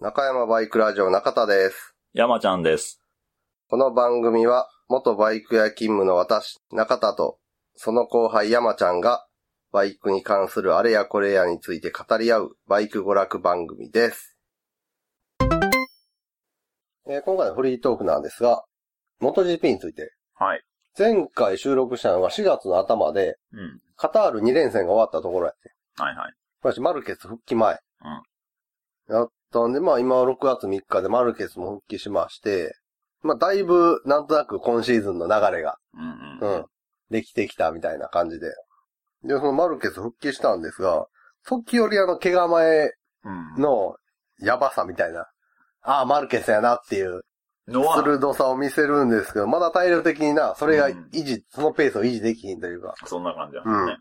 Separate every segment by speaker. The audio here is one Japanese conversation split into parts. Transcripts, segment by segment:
Speaker 1: 中山バイクラジオ中田です。
Speaker 2: 山ちゃんです。
Speaker 1: この番組は、元バイク屋勤務の私、中田と、その後輩山ちゃんが、バイクに関するあれやこれやについて語り合う、バイク娯楽番組です。えー今回のフリートークなんですが、元 GP について。
Speaker 2: はい。
Speaker 1: 前回収録したのが4月の頭で、
Speaker 2: うん。
Speaker 1: カタール2連戦が終わったところやって。
Speaker 2: はいはい。
Speaker 1: 私、マルケス復帰前。うん。やったんで、まあ今6月3日でマルケスも復帰しまして、まあだいぶなんとなく今シーズンの流れが、
Speaker 2: うんう。
Speaker 1: うんん、できてきたみたいな感じで。で、そのマルケス復帰したんですが、時折あの怪我前
Speaker 2: うん。
Speaker 1: のやばさみたいな、ああ、マルケスやなっていう
Speaker 2: のは、
Speaker 1: 鋭さを見せるんですけど、まだ体力的にな、それが維持、そのペースを維持できひんというか、
Speaker 2: そんな感じなんで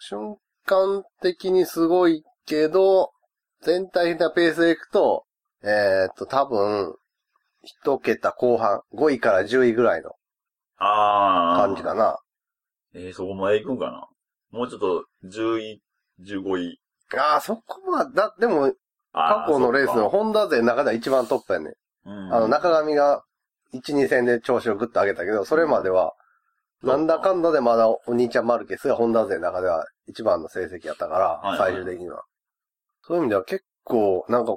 Speaker 2: すね。
Speaker 1: 瞬間的にすごいけど、全体的なペースでいくと、えーっと、多分、一桁後半、5位から10位ぐらいの
Speaker 2: ああ。
Speaker 1: 感じか。な。
Speaker 2: えー、そこまで行くんかな。もうちょっと、10位、15位。
Speaker 1: ああ、そこは、だ、でも、過
Speaker 2: あ
Speaker 1: 去のレースの
Speaker 2: そっか
Speaker 1: ホンダ勢の中では一番トップやね。
Speaker 2: うん、
Speaker 1: あの、中上が1、2戦で調子をグッと上げたけど、それまでは、
Speaker 2: うん
Speaker 1: なんだかんだでまだお兄ちゃんマルケスがホンダ勢の中では一番の成績やったか
Speaker 2: は
Speaker 1: ら、
Speaker 2: いはい
Speaker 1: 最終的には。そういう意味では結構、なんか、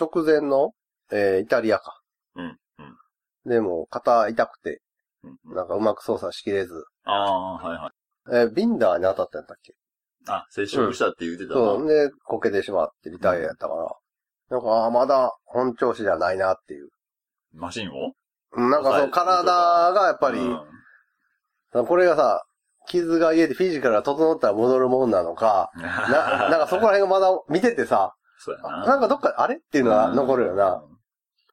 Speaker 1: 直前の、えーイタリアか。
Speaker 2: うん、うん。
Speaker 1: でも、肩痛くて、
Speaker 2: うんうん
Speaker 1: なんかうまく操作しきれず、
Speaker 2: ああー、はいはい。
Speaker 1: えービンダーに当たったんだっけ
Speaker 2: あ、接触したって言ってたな。
Speaker 1: そう、で、こけてしまってリタイアやったから、なんか、ああ、まだ本調子じゃないなっていう。
Speaker 2: マシンを
Speaker 1: うんなんかその体がやっぱり、
Speaker 2: うん
Speaker 1: これがさ、傷が家でフィジカルが整ったら戻るもんなの か、な、なんかそこら辺がまだ見ててさ、
Speaker 2: そうや
Speaker 1: あ
Speaker 2: な。
Speaker 1: なんかどっかあれっていうのは残るよな。
Speaker 2: うん。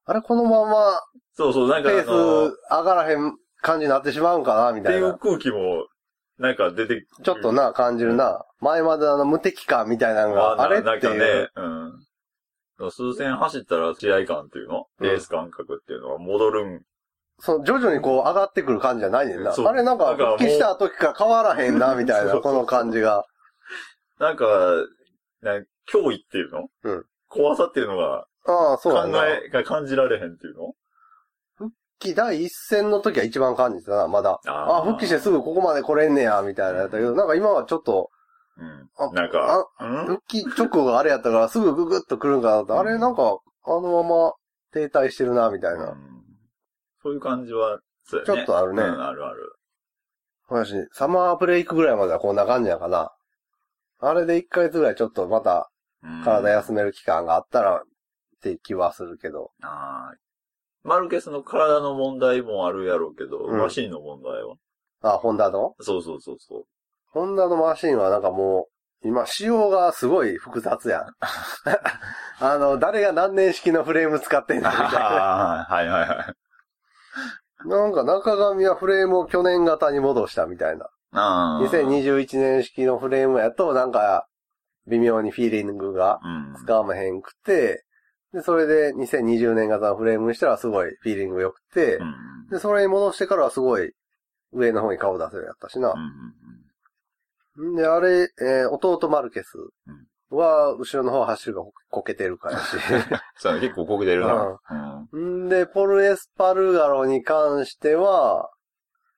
Speaker 1: あれこのまま
Speaker 2: そうそう、なんかあ
Speaker 1: ペース
Speaker 2: の、っ
Speaker 1: 上がらへん感じになってしまうんかな、み
Speaker 2: て
Speaker 1: た
Speaker 2: い
Speaker 1: いうな。
Speaker 2: 空気も、なんか出てくる
Speaker 1: ちょっと、な、感じるな。前まであの無敵感みたいなの
Speaker 2: あ
Speaker 1: が、あれ
Speaker 2: な
Speaker 1: っていう。
Speaker 2: なんかね、うん。数戦走ったら試合感っていうの
Speaker 1: うん
Speaker 2: レース感覚っていうのは戻るん。
Speaker 1: その徐々にこう上がってくる感じじゃないねんな。
Speaker 2: そう
Speaker 1: あれなんか
Speaker 2: なんかもう
Speaker 1: 復帰した時から変わらへんな、みたい
Speaker 2: そ
Speaker 1: な、
Speaker 2: うそう
Speaker 1: こ
Speaker 2: そう
Speaker 1: の感じが。
Speaker 2: なんか、な脅威っていうの
Speaker 1: うん
Speaker 2: 怖さっていうのが
Speaker 1: ああ、そう
Speaker 2: 考
Speaker 1: だな。
Speaker 2: えが感じられへんっていうの
Speaker 1: 復帰第一戦の時は一番感じたな、まだ。あ
Speaker 2: あー
Speaker 1: 復帰してすぐここまで来れんねや、みたいなやったけど、なんか今はちょっと、あ
Speaker 2: うん。なんか、うん
Speaker 1: 復帰直後があれやったから、すぐググッと来るんかなと、あれなんか、あのまま停滞してるな、みたいな。
Speaker 2: うんそういう感じは、そうやね。
Speaker 1: ちょっとあるね
Speaker 2: うんあるある。
Speaker 1: 私、サマーブレイクぐらいまではこんな感じやかな。あれで一ヶ月ぐらいちょっとまた
Speaker 2: うん
Speaker 1: 体休める期間があったら、っていう気はするけど。
Speaker 2: あーマルケスの体の問題もあるやろうけど、
Speaker 1: うん
Speaker 2: マシンの問題は。
Speaker 1: あ、ホンダの
Speaker 2: そうそうそうそう。
Speaker 1: ホンダのマシンはなんかもう、今、仕様がすごい複雑 やん。あの、誰が何年式のフレーム使ってんのみたいな。
Speaker 2: ああ、はいはいはい。
Speaker 1: なんか中上はフレームを去年型に戻したみたいな。
Speaker 2: あー。
Speaker 1: 2021年式のフレームやと、なんか、微妙にフィーリングが
Speaker 2: うん。
Speaker 1: 使わへんくて、で、それで2020年型のフレームにしたらすごいフィーリング良くて
Speaker 2: う、ん。
Speaker 1: で、それに戻してからはすごい上の方に顔出せるようになったしな
Speaker 2: う。ん。
Speaker 1: んで、あれ、えー弟マルケス
Speaker 2: うん
Speaker 1: は、後ろの方走るがここけてるからし。
Speaker 2: そうやね、結構こけてるな。うん。
Speaker 1: んで、ポルエスパルガロに関しては、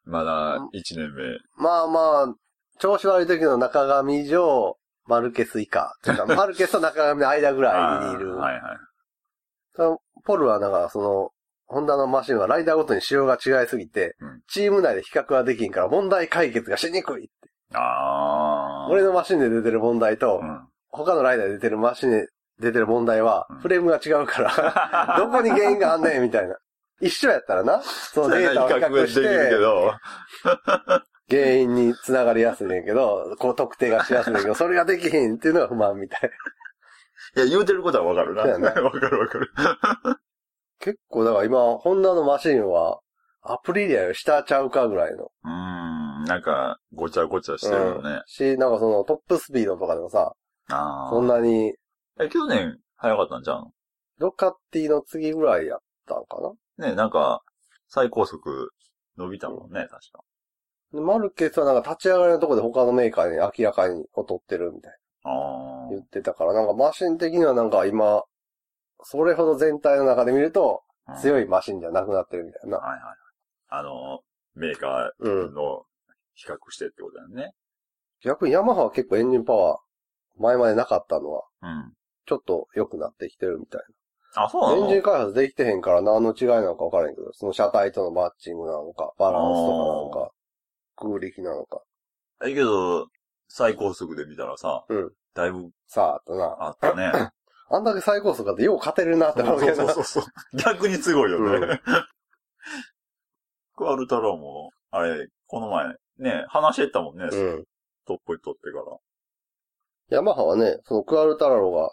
Speaker 2: まだ1年目。
Speaker 1: まあまあ、調子悪い時の中上以上、マルケス以下。 というか、マルケスと中上の間ぐらいにい
Speaker 2: あ
Speaker 1: る
Speaker 2: ー。はいはい。
Speaker 1: ただポルはなんか、その、ホンダのマシンはライダーごとに仕様が違いすぎて、
Speaker 2: うん
Speaker 1: チーム内で比較はできんから問題解決がしにくい。
Speaker 2: ああ。
Speaker 1: 俺のマシンで出てる問題と、
Speaker 2: うん。
Speaker 1: 他のライダーで出てるマシンで出てる問題は
Speaker 2: うん、
Speaker 1: フレームが違う から、どこに原因があんねん、みたいな。一緒やったらな、その
Speaker 2: そう
Speaker 1: デ
Speaker 2: や
Speaker 1: ータを
Speaker 2: な
Speaker 1: 比
Speaker 2: 比較が
Speaker 1: 較
Speaker 2: で
Speaker 1: し
Speaker 2: きるけ
Speaker 1: て、
Speaker 2: ど。
Speaker 1: 原因につながりやすいねんけど、こう特定がしやすいねんけど、それができひんっていうのが不満みたい。
Speaker 2: いや、言うてることはわかるな。
Speaker 1: そうやな
Speaker 2: わかるわかる。
Speaker 1: 結構だから今、ホンダのマシンは、アプリリアより下ちゃうかぐらいの。
Speaker 2: うーん。なんか、ごちゃごちゃしてるよね。
Speaker 1: し、なんかそのトップスピードとかでもさ、
Speaker 2: ああ。
Speaker 1: そんなに、
Speaker 2: え、去年、早かったんじゃん。
Speaker 1: ロカッティの次ぐらいやったんかな
Speaker 2: ね、なんか、最高速伸びたもんね、確か。
Speaker 1: でマルケスはなんか立ち上がりのとこで他のメーカーに明らかに劣ってるみたいな。
Speaker 2: ああ。
Speaker 1: 言ってたから、なんかマシン的にはなんか今、それほど全体の中で見ると、
Speaker 2: うん
Speaker 1: 強いマシンじゃなくなってるみたいな。
Speaker 2: はいはい。あの、メーカ
Speaker 1: うん
Speaker 2: ー。の比較してってことだよね。
Speaker 1: 逆にヤマハは結構エンジンパワー、前までなかったのは、
Speaker 2: うん。
Speaker 1: ちょっと良くなってきてるみたい
Speaker 2: あ、そ
Speaker 1: な。エ
Speaker 2: うな
Speaker 1: ン
Speaker 2: の
Speaker 1: ジン開発できてへんから何の違いなのか分からへんけど、その車体とのマッチングなのか、バランスとかなのか、空力なのか、
Speaker 2: え、けど、最高速で見たらさ、
Speaker 1: うん
Speaker 2: だいぶ
Speaker 1: さあ、とな。
Speaker 2: あったね。
Speaker 1: あんだけ最高速だってよう勝てるなって思うけどな。
Speaker 2: そうそうそう。逆にすごいよ
Speaker 1: う
Speaker 2: ね。クアルタローも、あれ、この前、ね、話してたもんね、
Speaker 1: うん。
Speaker 2: トップに取ってから。
Speaker 1: ヤマハはね、そのクアルタラロが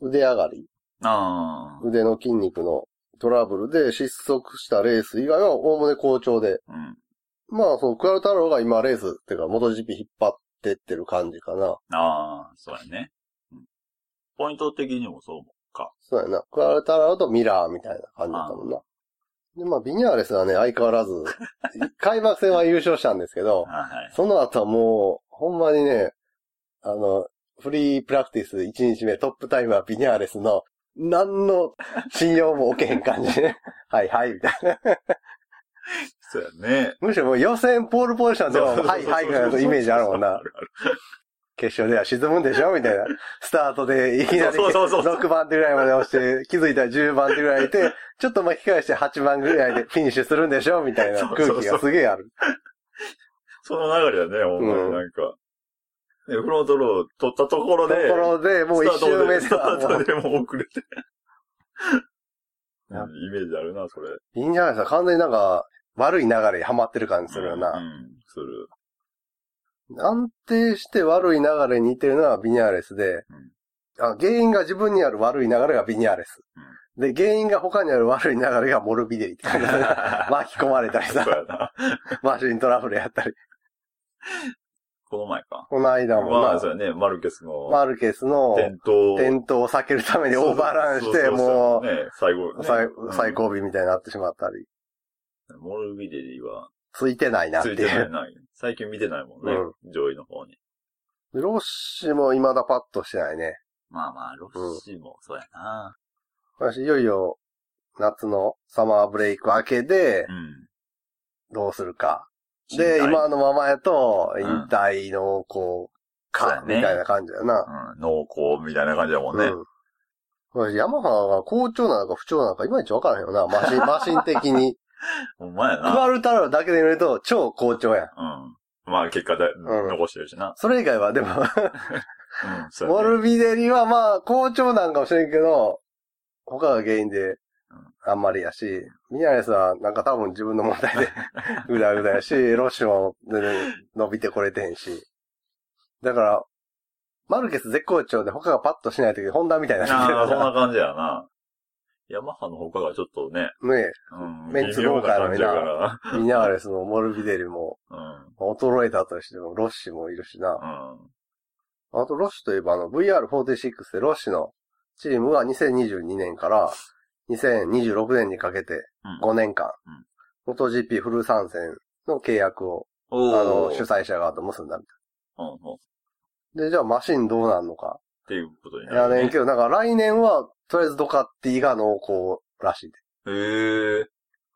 Speaker 1: 腕上がり、
Speaker 2: あ
Speaker 1: 腕の筋肉のトラブルで失速したレース以外はおおむね好調で、
Speaker 2: あ、うん。
Speaker 1: まあそのクアルタラロが今レースっていうか元 GP 引っ張ってってる感じかな。
Speaker 2: ああ、そうやね。うんポイント的にもそうか。
Speaker 1: そうやな。クアルタラロとミラーみたいな感じだったもんな。で、まあビニャーレスはね、相変わらず、 開幕戦は優勝したんですけど、
Speaker 2: はいはい。
Speaker 1: その後はもう、ほんまにね、あの、フリープラクティス1日目トップタイムはビニャーレスの、何の信用も受けへん感じね。 はいはい、みたいな。
Speaker 2: そうやね。
Speaker 1: むしろもう予選ポールポジションでも、はいはい、みたいなイメージあるもんな。
Speaker 2: るある
Speaker 1: 決勝では沈むんでしょみたいな。スタートでいきなり
Speaker 2: そうそうそうそう
Speaker 1: 6番手ぐらいまで押して、気づいたら10番手ぐらいい て、ちょっと巻き返して8番ぐらいでフィニッシュするんでしょみたいな空気がすげえある。
Speaker 2: その流れだね、ほんまになんか。でフロントロー取ったところ
Speaker 1: とこ
Speaker 2: で、
Speaker 1: ろで、もう1
Speaker 2: スター
Speaker 1: 周
Speaker 2: ト
Speaker 1: 目
Speaker 2: で
Speaker 1: で
Speaker 2: スタ
Speaker 1: は
Speaker 2: ー
Speaker 1: もう
Speaker 2: トでもう遅れて。う ん
Speaker 1: な
Speaker 2: イメージあるな、それ。
Speaker 1: いいんじゃないですか。完全になんか、悪い流れにハマってる感じするよ
Speaker 2: う
Speaker 1: な。
Speaker 2: ん、する。
Speaker 1: 安定して悪い流れに似てるのはビニャーレスで、あ原因が自分にある悪い流れがビニャーレス。で、原因が他にある悪い流れがモルビデリって感じだ ね巻き込まれたり
Speaker 2: そう
Speaker 1: さ、
Speaker 2: やな。
Speaker 1: マシントラブルやったり。
Speaker 2: この前か。
Speaker 1: この間も
Speaker 2: ま
Speaker 1: な
Speaker 2: あ、、そうやね、マルケスの
Speaker 1: マルケスの
Speaker 2: 転倒。
Speaker 1: 転倒を避けるためにオーバーランし
Speaker 2: そうそ
Speaker 1: て、
Speaker 2: うそう
Speaker 1: も
Speaker 2: ね、最後、
Speaker 1: う、
Speaker 2: ね
Speaker 1: 最
Speaker 2: うん
Speaker 1: 最後尾みたいになってしまったり、
Speaker 2: モルビデリは、
Speaker 1: ついてないなって
Speaker 2: ついて
Speaker 1: い
Speaker 2: な
Speaker 1: う
Speaker 2: い。な。最近見てないもんね、上位の方に。
Speaker 1: ロッシも未だパッとしてないね。
Speaker 2: まあまあ、ロッシーもそうやな。
Speaker 1: 私、いよいよ、夏のサマーブレイク明けで
Speaker 2: う、ん。
Speaker 1: どうするか。で、
Speaker 2: 信頼
Speaker 1: 今のままやと、
Speaker 2: うん
Speaker 1: 引退の、こう、
Speaker 2: そう
Speaker 1: か
Speaker 2: や、
Speaker 1: み
Speaker 2: ね
Speaker 1: たいな感じだな。
Speaker 2: うん、濃厚みたいな感じだもんね。
Speaker 1: うん。私、ヤマハが好調なのか不調なのか、いまいちわからへんよな。マシン、マシン的 に。
Speaker 2: ほんまや
Speaker 1: ク
Speaker 2: な。
Speaker 1: アルタラロだけで見ると、超好調やん。
Speaker 2: うん。まあ結果で、
Speaker 1: ん
Speaker 2: 残してるしな。
Speaker 1: それ以外は、でも、
Speaker 2: うん、そうや
Speaker 1: モ
Speaker 2: ね
Speaker 1: ルビデリはまあ、好調なんかもしれんけど、他が原因で、あんまりやし、ミヤネさんはなんか多分自分の問題で、 ぐだぐだやし、ロッシュも全然伸びてこれてへんし。だから、マルケス絶好調で他がパッとしないとき、ホンダみたいになって
Speaker 2: ああ、
Speaker 1: る
Speaker 2: そん
Speaker 1: か
Speaker 2: な感じやな。ヤマハの他がちょっとね、
Speaker 1: ら。ね
Speaker 2: うん、
Speaker 1: メンツ
Speaker 2: 微妙
Speaker 1: 豪華
Speaker 2: な
Speaker 1: やの
Speaker 2: 感
Speaker 1: に
Speaker 2: じ
Speaker 1: な
Speaker 2: やから。
Speaker 1: え、ミナーレスもモルビデリも、
Speaker 2: うん、
Speaker 1: 衰えたとしても、ロッシュもいるしな。
Speaker 2: うん。
Speaker 1: あと、ロッシュといえば、あの、VR46 でロッシュのチームは2022年から2026年にかけて
Speaker 2: うん
Speaker 1: 5年間
Speaker 2: うん、
Speaker 1: 元 GP フル参戦の契約を、あ
Speaker 2: お
Speaker 1: の、
Speaker 2: ー
Speaker 1: 主催者側と結んだみ
Speaker 2: うん、うん。った
Speaker 1: い。で、じゃあマシンどうなんのか。
Speaker 2: ていうことに
Speaker 1: いや
Speaker 2: なる、ね。
Speaker 1: ねんけど、なんか来年は、とりあえずドカッティが濃厚らしいで。
Speaker 2: へえ。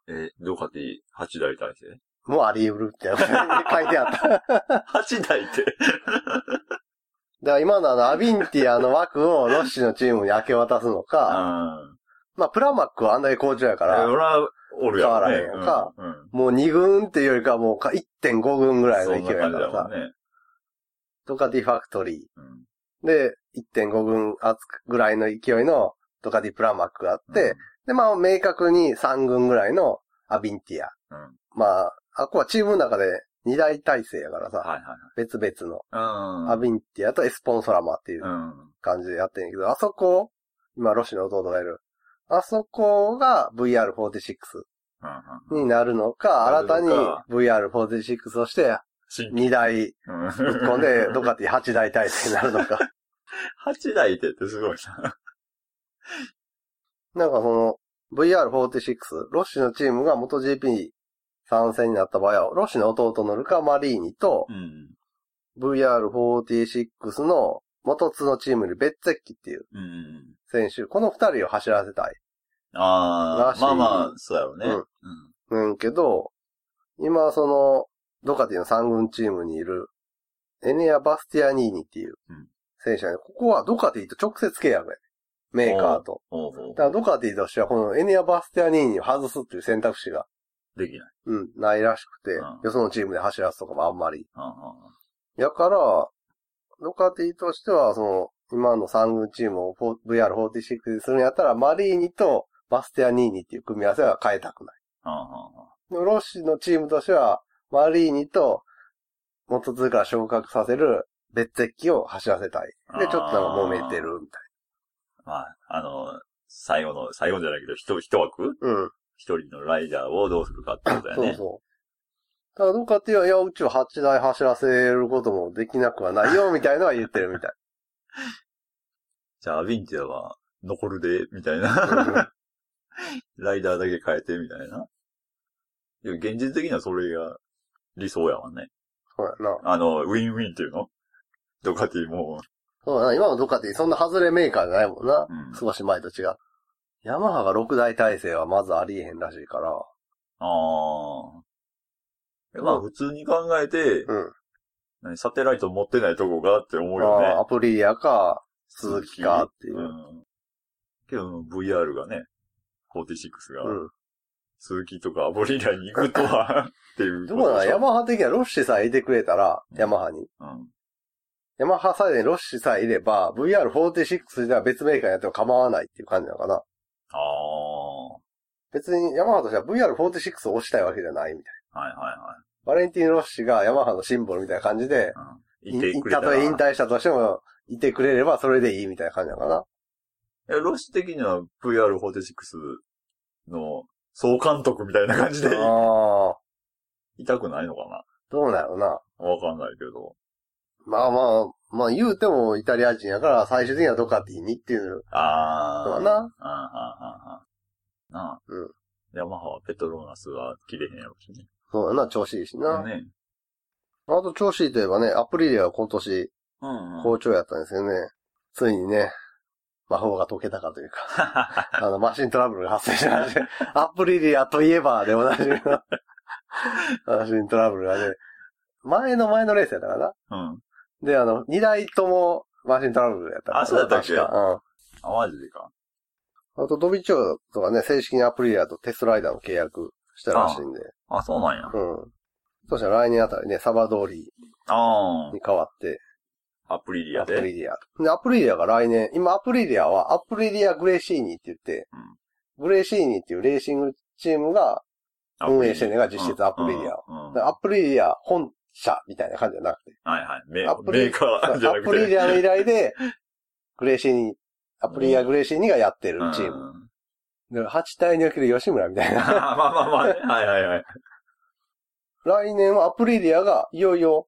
Speaker 2: え、ドカティ、八台体制
Speaker 1: もうあり得る って書いてあった。だか
Speaker 2: 八台って。
Speaker 1: ら今のあの、アビンティアの枠をロッシュのチームに明け渡すのか、
Speaker 2: あ
Speaker 1: まあ、プラマックはあんだけ好調やか
Speaker 2: あ。
Speaker 1: ら、
Speaker 2: 俺は、おるや
Speaker 1: 変
Speaker 2: ろ、ね。
Speaker 1: わらへんやんか
Speaker 2: うん。うん
Speaker 1: もう2軍っていうよりかはもうか1.5軍ぐらいの
Speaker 2: そ
Speaker 1: 勢
Speaker 2: ん
Speaker 1: い
Speaker 2: な
Speaker 1: だ
Speaker 2: 感
Speaker 1: か
Speaker 2: じ
Speaker 1: ら
Speaker 2: だも
Speaker 1: さ
Speaker 2: ん。ね。
Speaker 1: ドカティファクトリ
Speaker 2: うん。
Speaker 1: ーで1.5軍厚くぐらいの勢いのドカティプラマックがあって、で、まあ明確に3軍ぐらいのアビンティア。
Speaker 2: うん、うん。
Speaker 1: まあ、あっこはチームの中で2大体制やからさ、
Speaker 2: はいはい
Speaker 1: 別々の
Speaker 2: はい。。
Speaker 1: アビンティアとエスポンソラマっていううん
Speaker 2: うん。
Speaker 1: 感じでやってんやけど、あそこ、今ロシの弟がいる。あそこが VR46
Speaker 2: うんうん。
Speaker 1: になるのか、
Speaker 2: な
Speaker 1: 新
Speaker 2: るの
Speaker 1: たに
Speaker 2: か
Speaker 1: VR46 として
Speaker 2: 新規。
Speaker 1: 2台
Speaker 2: うん
Speaker 1: ぶっ込んで、ドカティ8大体制になるのか。
Speaker 2: 八台ってってすごいな。
Speaker 1: なんかその、VR46、ロッシュのチームが元 GP 参戦になった場合は、ロッシュの弟のルカ・マリーニと
Speaker 2: う、ん。
Speaker 1: VR46 の元津のチームにベッツェッキっていう
Speaker 2: うん。
Speaker 1: 選手、この二人を走らせたい。
Speaker 2: あ
Speaker 1: らし
Speaker 2: あ、
Speaker 1: い
Speaker 2: まあまあ、そうやろうね。
Speaker 1: うんうんけど、今その、ドカティの三軍チームにいる、エネア・バスティアニーニっていう
Speaker 2: うん
Speaker 1: 選手がね、ここはドカティと直接契約や。メーカーと。
Speaker 2: ほうほう
Speaker 1: だからドカティとしてはこのエネア・バスティアニーニを外すっていう選択肢が、
Speaker 2: できない。
Speaker 1: うん、ないらしくて、
Speaker 2: うん
Speaker 1: よそのチームで走らすとかもあんまり。
Speaker 2: うんうん
Speaker 1: やから、ドカティとしては、その、今の三軍チームを VR46 にするんやったら、マリーニとバスティアニーニっていう組み合わせは変えたくない。
Speaker 2: うんうん
Speaker 1: でもロッシのチームとしては、マリーニと、元通から昇格させる、別ッ機を走らせたい。で、ちょっとなんか揉めてるみたい
Speaker 2: まあ、あの、最後の、最後じゃないけど、一一枠
Speaker 1: な。うん。
Speaker 2: 一人のライダーをどうするかってことだよ
Speaker 1: そう
Speaker 2: ね。
Speaker 1: そう。ただ、どっかっていうのは、いや、うちは8台走らせることもできなくはないよ、みたいなのは言ってるみたい。
Speaker 2: じゃあ、アビンティアは残るで、みたい
Speaker 1: うん
Speaker 2: な。 ライダーだけ変えて、みたいな。でも現実的にはそれが理想やわね。
Speaker 1: そうやな。
Speaker 2: あの、ウィンウィンっていうのドカティも、
Speaker 1: そうだな、今のドカティ、そんな外れメーカーじゃないもんな。
Speaker 2: うん
Speaker 1: 少し前と違う。ヤマハが6台体制はまずありえへんらしいから。
Speaker 2: ああ。まあ、普通に考えて、
Speaker 1: うん
Speaker 2: 何サテライト持ってないとこがって思うよね
Speaker 1: まあ、。アプリリアか、鈴木かっていう。
Speaker 2: んけど、VR がね、46が、
Speaker 1: うん。
Speaker 2: 鈴木とかアボリラに行くと は、っていう
Speaker 1: ど
Speaker 2: こ
Speaker 1: うな
Speaker 2: と
Speaker 1: の
Speaker 2: でしょ
Speaker 1: ヤマハ的にはロッシさえいてくれたら、
Speaker 2: うん
Speaker 1: ヤマハに。
Speaker 2: うん。
Speaker 1: ヤマハサイドにロッシさえいれば、VR46 では別メーカーやっても構わないっていう感じなのかな。
Speaker 2: ああ。
Speaker 1: 別にヤマハとしては VR46 を押したいわけじゃないみたい
Speaker 2: はいは
Speaker 1: な。バレンティーノ・ロッシがヤマハのシンボルみたいな感じで、
Speaker 2: いはい。いてくれ
Speaker 1: た
Speaker 2: た
Speaker 1: と
Speaker 2: ら。
Speaker 1: え引退したとしても、いてくれればそれでいいみたいな感じなのかな。
Speaker 2: えロシ的には VR46 の総監督みたいな感じで
Speaker 1: ああ、
Speaker 2: いたくないのか
Speaker 1: どうなのな。
Speaker 2: なわかんないけど。
Speaker 1: まあまあ、まあ言うてもイタリア人やから最終的にはドカティにっていう。
Speaker 2: ああ。
Speaker 1: そうだな
Speaker 2: うんうんうんうん。なあ。
Speaker 1: うん。
Speaker 2: ヤマハはペトローナスは切れへんやろしね。
Speaker 1: そうやな、調子いいしな。
Speaker 2: ね。
Speaker 1: あと調子いいといえばね、アプリリアは今年
Speaker 2: うん、うん。
Speaker 1: 好調やったんですよね。ついにね、魔法が解けたかというか、 あの、マシントラブルが発生しまして、アプリリアといえばでおなじみの、マシントラブルがね、前の前のレースやったからな。
Speaker 2: うん。
Speaker 1: で、あの、2台ともマシントラブルやったからな
Speaker 2: あそうやったっけ
Speaker 1: 確かうん。
Speaker 2: あ、マジでか。
Speaker 1: あと、ドビチョウとかね、正式にアプリリアとテストライダーの契約したらしいんで。
Speaker 2: あ、そうなんや。
Speaker 1: うん。そしたら来年あたりね、サバドーリ
Speaker 2: あ
Speaker 1: に変わって、
Speaker 2: あ。アプリリア
Speaker 1: アプ
Speaker 2: で。
Speaker 1: リリア。で、アプリリアが来年、今アプリリアはアプリリアグレーシーニって言って、グレーシーニっていうレーシングチームが、運営してんねんが実質アプリリア
Speaker 2: うん。うんうん
Speaker 1: だからアプリリア本社みたいな感じじゃなくて、
Speaker 2: はいはい。メ
Speaker 1: アプリ
Speaker 2: メーカーじゃな
Speaker 1: ア
Speaker 2: くて。
Speaker 1: プリリアの依頼 で、グレーシーニ、アプリリアグレーシーニがやってるチーム。
Speaker 2: うん
Speaker 1: で8体における吉村みたい
Speaker 2: ま
Speaker 1: な。
Speaker 2: あまあまあね、はいはいはい。
Speaker 1: 来年はアプリリアがいよいよ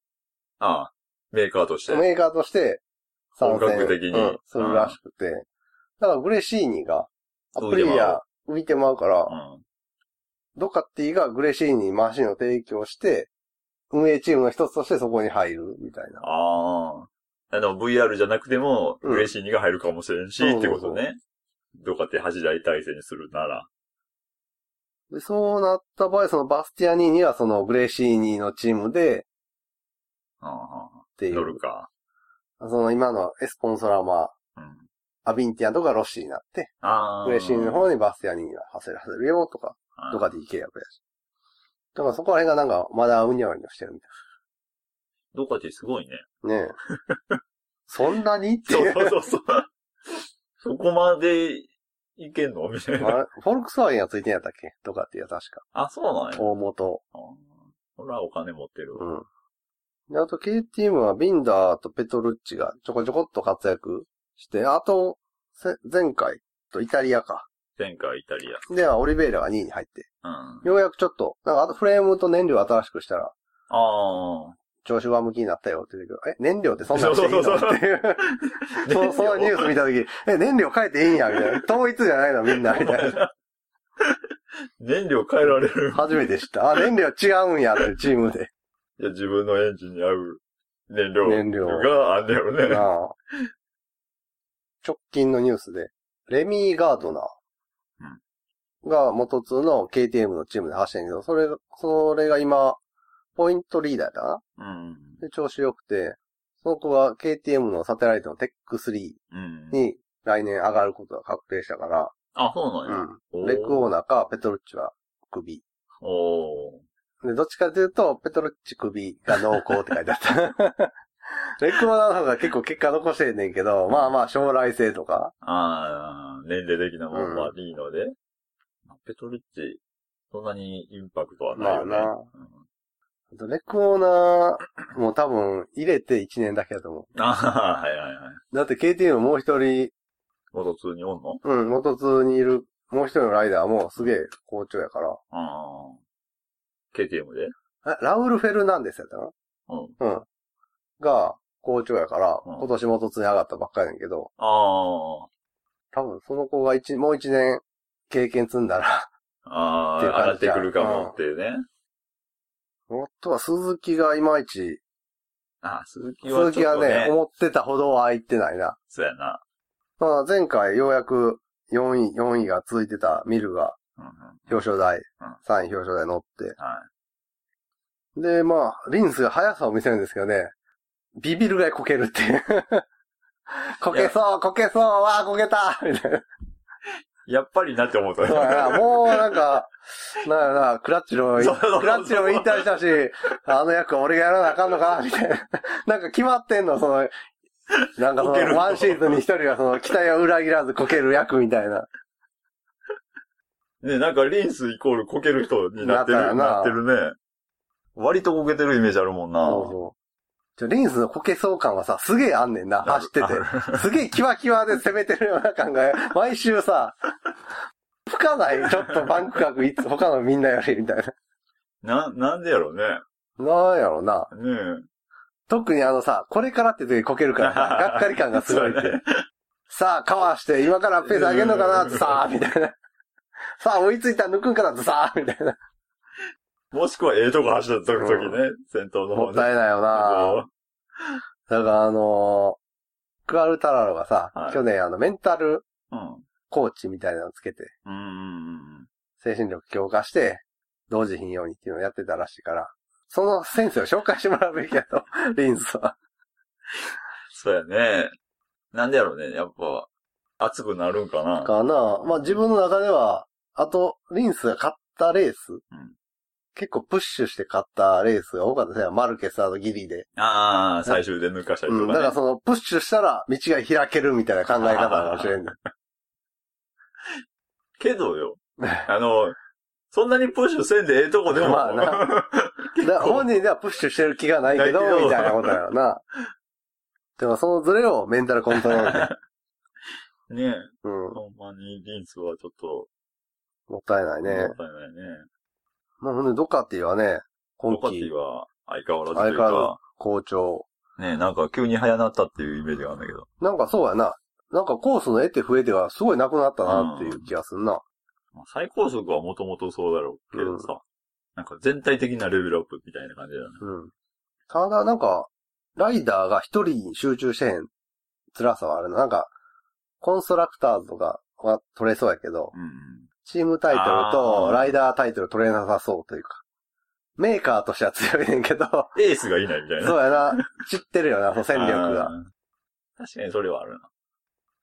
Speaker 2: ああメーカーとして。
Speaker 1: メーカーとして参
Speaker 2: 本
Speaker 1: 戦
Speaker 2: 格的に
Speaker 1: うんするらしくて。だからグレシーニが、アプリリア浮いてまうから
Speaker 2: う、ん。
Speaker 1: ドカティがグレシーニにマシンを提供して、運営チームの一つとしてそこに入るみたいな。
Speaker 2: ああ。でも VR じゃなくても、
Speaker 1: うん
Speaker 2: グレーシーニが入るかもしれんし、
Speaker 1: そうそう
Speaker 2: ってことね。どうかって8台体制にするなら。
Speaker 1: でそうなった場合、そのバスティアニーにはそのグレシーニのチームで、
Speaker 2: うん
Speaker 1: って
Speaker 2: うん
Speaker 1: い
Speaker 2: 乗
Speaker 1: う、
Speaker 2: るか。
Speaker 1: その今のエスポンソラマー、
Speaker 2: うん。
Speaker 1: アビンティアンとかロッシーになって、
Speaker 2: ああ。
Speaker 1: グレシーニの方にバスティアニーには走らせるよとか、ドカ
Speaker 2: うん
Speaker 1: ティ契約やし。だからそこら辺がなんかまだうにゃうにゃしてるみたいな。
Speaker 2: どうかってすご いね。
Speaker 1: ねえ。 そんなにって
Speaker 2: そ
Speaker 1: いうう。
Speaker 2: そうそうそう。そこまでいけんのみたい
Speaker 1: あ
Speaker 2: な。
Speaker 1: れフォルクスワーゲンがついてんやったっけとかっていう確か。
Speaker 2: あ、そうなんや。
Speaker 1: 大元。
Speaker 2: あーほら、お金持ってる。
Speaker 1: うん。で、あと KTM はビンダーとペトルッチがちょこちょこっと活躍して、あと、せ前回とイタリアか。
Speaker 2: 前回イタリ
Speaker 1: では、オリベイラが2位に入って。
Speaker 2: ア。うん。
Speaker 1: ようやくちょっと、なんかあとフレームと燃料新しくしたら、
Speaker 2: あ
Speaker 1: 調子上向きになったよって言うけど、え、燃料ってそんなんしていいの
Speaker 2: そうそうそう
Speaker 1: って いう。
Speaker 2: あ。
Speaker 1: そう、そのニュース見たとき、え、燃料変えていいんや、みたいな。統一じゃないの、みんな、みたいな。
Speaker 2: 燃料変えられる。
Speaker 1: 初めて知った。あ、燃料違うんやって、チームで。
Speaker 2: いや、自分のエンジンに合う燃料
Speaker 1: 燃料
Speaker 2: があんねやろね。
Speaker 1: なあ直近のニュースで、レミー・ガードナーが元通の KTM のチームで走ってんけど、それが、それが今、ポイントリーダーだな
Speaker 2: うん。
Speaker 1: で、調子良くて、その子が KTM のサテライトのテック3
Speaker 2: うん。
Speaker 1: に来年上がることが確定したから、
Speaker 2: あ、そうなんや。
Speaker 1: うん。レクオーナーかペトルッチはクビ。
Speaker 2: おお
Speaker 1: で、どっちかというと、ペトルッチ首が濃厚って書いてあ った。レックモナの方が結構結果残してんねんけど、まあまあ将来性とか、
Speaker 2: ああ、年齢的なも
Speaker 1: うん
Speaker 2: んはリーノで。まあペトルッチ、そんなにインパクトは
Speaker 1: ま
Speaker 2: ない
Speaker 1: あ
Speaker 2: よね。
Speaker 1: な。あとレックモナも多分入れて1年だけだと思
Speaker 2: ああ、はいはいはい。
Speaker 1: う。だって KTM もう一人、
Speaker 2: 元通におんの
Speaker 1: うん、元通にいる、もう一人のライダーもすげえ好調やから。
Speaker 2: ああ。KTM で
Speaker 1: え、ラウル・フェルナンデスやったか
Speaker 2: うん。
Speaker 1: なうん。が、好調やから、
Speaker 2: うん
Speaker 1: 今年元通に上がったばっかりやねんけど、
Speaker 2: あ
Speaker 1: 多分その子が一、もう一年経験積んだら、
Speaker 2: あ。ああ、
Speaker 1: っていう感じ
Speaker 2: 上がって
Speaker 1: や
Speaker 2: くるかもっていうね。
Speaker 1: あとは鈴木がいまいち、
Speaker 2: ああ、鈴木は
Speaker 1: 鈴
Speaker 2: ち
Speaker 1: 木
Speaker 2: ょ
Speaker 1: は
Speaker 2: っとね。
Speaker 1: ね、思ってたほどは空いてないな。
Speaker 2: そうやな。
Speaker 1: まあ前回ようやく4位、4位が続いてたミルが
Speaker 2: うんうん。
Speaker 1: 表彰台
Speaker 2: うん、
Speaker 1: 3位表彰台乗って。
Speaker 2: は
Speaker 1: で、まあ、リンスが速さを見せるんですけどね、ビビるぐらいこけるっていう。 こけそう、こけそう、わあ、こけたみたいな。
Speaker 2: い。やっぱりなって思ったね
Speaker 1: そうやな、もうなんか、なんやな、クラッチの、
Speaker 2: そうそうそう
Speaker 1: クラッチの引退し たし、あの役は俺がやらなあかんのかみたいな。なんか決まってんの、その、なんかそ
Speaker 2: こける
Speaker 1: の、
Speaker 2: の
Speaker 1: ワンシーズンに一人がその、期待を裏切らずこける役みたいな。
Speaker 2: ね、なんかリンスイコールこける人になって
Speaker 1: なったよな
Speaker 2: る、なってるね。割とこけてるイメージあるもんな。
Speaker 1: そうそう。ちょ、リンスのこけそう感はさ、すげえあんねん な、走ってて。すげえキワキワで攻めてるような感が、毎週さ、吹かない、ちょっとバンク角いつ、他のみんなより、みたいな。
Speaker 2: な、なんでやろうね。
Speaker 1: なんやろな。
Speaker 2: ね
Speaker 1: 特にあのさ、これからって時こけるからさ、がっかり感がすごいって。さあ、かわして、今からペース上げんのかなってさあ、みたいな。さあ、追いついたら抜くんかなってさあ、みたいな。
Speaker 2: もしくはええとこ走ってた時ね、先頭の
Speaker 1: も
Speaker 2: 方
Speaker 1: っ
Speaker 2: ね。
Speaker 1: たいないよな。だからあのークアルタラロがさ、
Speaker 2: はい
Speaker 1: 去年あの、メンタル
Speaker 2: うん。
Speaker 1: コーチみたいなのつけて、
Speaker 2: うんうんうん
Speaker 1: 精神力強化して、同時頻用にっていうのをやってたらしいから、その先生を紹介してもらうべきやと、 リンスは。
Speaker 2: そうやね。なんでやろうね。やっぱ、熱くなるんかな。
Speaker 1: かなまあ自分の中では、あと、リンスが勝ったレース、
Speaker 2: ん
Speaker 1: 結構プッシュして勝ったレースが多かったですね。マルケスあとギリで。
Speaker 2: ああ、最終で抜かしたり
Speaker 1: う
Speaker 2: と
Speaker 1: ん。だから
Speaker 2: かね。
Speaker 1: その、プッシュしたら道が開けるみたいな考え方かもしれ んね。
Speaker 2: けどよ。あの、そんなにプッシュせんでええとこでも。
Speaker 1: まあなだから本人ではプッシュしてる気がないけど
Speaker 2: ないけ、ど
Speaker 1: みたいなことだよな。でもそのズレをメンタルコントロールで。
Speaker 2: ねえ。
Speaker 1: うん。
Speaker 2: ほんまにリンスはちょっと、
Speaker 1: もったいないね。
Speaker 2: もったいないね。
Speaker 1: まあ、ほんで、ドカティはね、今
Speaker 2: ロカテ
Speaker 1: 季
Speaker 2: ィ、は相変わらずと
Speaker 1: 相
Speaker 2: いう
Speaker 1: 変わ
Speaker 2: か、
Speaker 1: らず好調。
Speaker 2: ねえ、なんか急に早なったっていうイメージがあるんだけど。
Speaker 1: なんかそうやな。なんかコースの得て増えてがすごいなくなったなっていう気がすんな。
Speaker 2: まあ最高速はもともとそうだろうけどさ、なんか全体的なレベルアップみたいな感じだね。
Speaker 1: うん。ただ、なんか、ライダーが一人に集中してへん辛さはあるな。なんか、コンストラクターズとかは取れそうやけど、
Speaker 2: うんうん。
Speaker 1: チームタイトルと
Speaker 2: あー
Speaker 1: ライダータイトル取れなさそうというか。メーカーとしては強いねん けど、
Speaker 2: エースがいないみたいな。
Speaker 1: そうやな。知ってるよな、その戦力が
Speaker 2: あ。ー。確かにそれはあるな。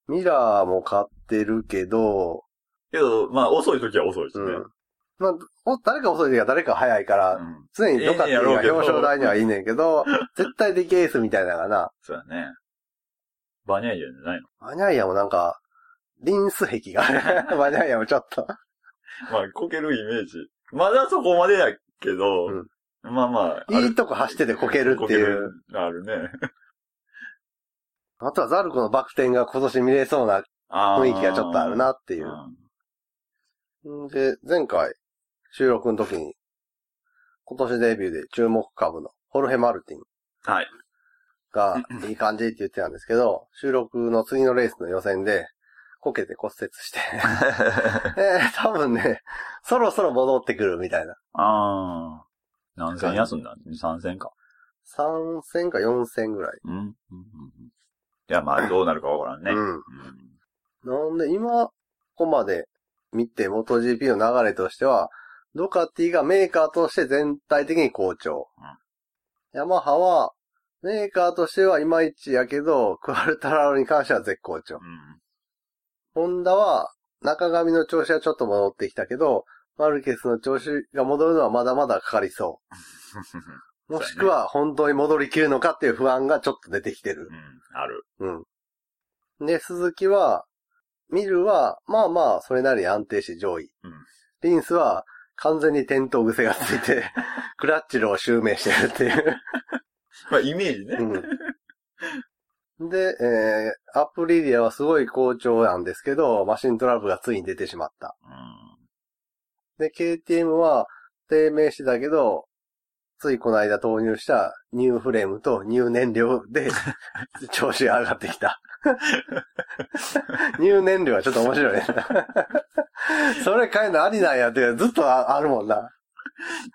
Speaker 1: ミラーも買ってるけど、
Speaker 2: けど、まあ遅い時は遅いしね。
Speaker 1: うん。まあ、お誰か遅い時は誰か早いから、
Speaker 2: うん
Speaker 1: 常にドカティが表彰台にはいいねんけど、絶対的エースみたいなのがな、
Speaker 2: そうだね。バニャイアじゃないの。
Speaker 1: マニャイアもなんか、リンス壁 がある。マニャイアもちょっと。
Speaker 2: まあ、こけるイメージ。まだそこまでやけど、
Speaker 1: うん
Speaker 2: まあまあ、あ
Speaker 1: い
Speaker 2: る
Speaker 1: いとこ走っててこけるっていう。。
Speaker 2: こけるあるね。
Speaker 1: あとはザルコのバク転が今年見れそうな
Speaker 2: あー
Speaker 1: 雰囲気がちょっとあるなっていうう。
Speaker 2: ん
Speaker 1: んで、前回、収録の時に、今年デビューで注目株のホルヘ・マルティン
Speaker 2: はい。
Speaker 1: がいい感じって言ってたんですけど、収録の次のレースの予選で、こけて骨折 して、えー、多分ね、そろそろ戻ってくるみたいな。
Speaker 2: ああ。何戦休んだ ?2、3戦か。
Speaker 1: 3000か4000ぐらい。
Speaker 2: うん。うんうんうんいや、まあ、どうなるかわからんね。
Speaker 1: う
Speaker 2: うん
Speaker 1: ん。なんで今、ここまで見て MotoGP の流れとしては、ドカティがメーカーとして全体的に好調。ヤマハは、メーカーとしてはいまいちやけど、クアルタラロに関しては絶好調。
Speaker 2: うん。
Speaker 1: ホンダは、中上の調子はちょっと戻ってきたけど、マルケスの調子が戻るのはまだまだかかりそう。もしくは、本当に戻りきるのかっていう不安がちょっと出てきてる。
Speaker 2: うん。ある。
Speaker 1: うん。で、鈴木は、ミルは、まあまあ、それなりに安定して上位。
Speaker 2: うん
Speaker 1: リンスは、完全に転倒癖がつい て、クラッチルを襲名してるっていう。
Speaker 2: まあ、イメージね。
Speaker 1: うん、で、えー、アップリリアはすごい好調なんですけど、マシントラブルがついに出てしまった。
Speaker 2: う
Speaker 1: で、KTM は、低迷してたけど、ついこの間投入したニューフレームとニュー燃料で調子が上がってきた。 ニュー燃料はちょっと面白いね。 それ買えるのありなんやってずっとああるもんな。
Speaker 2: ん。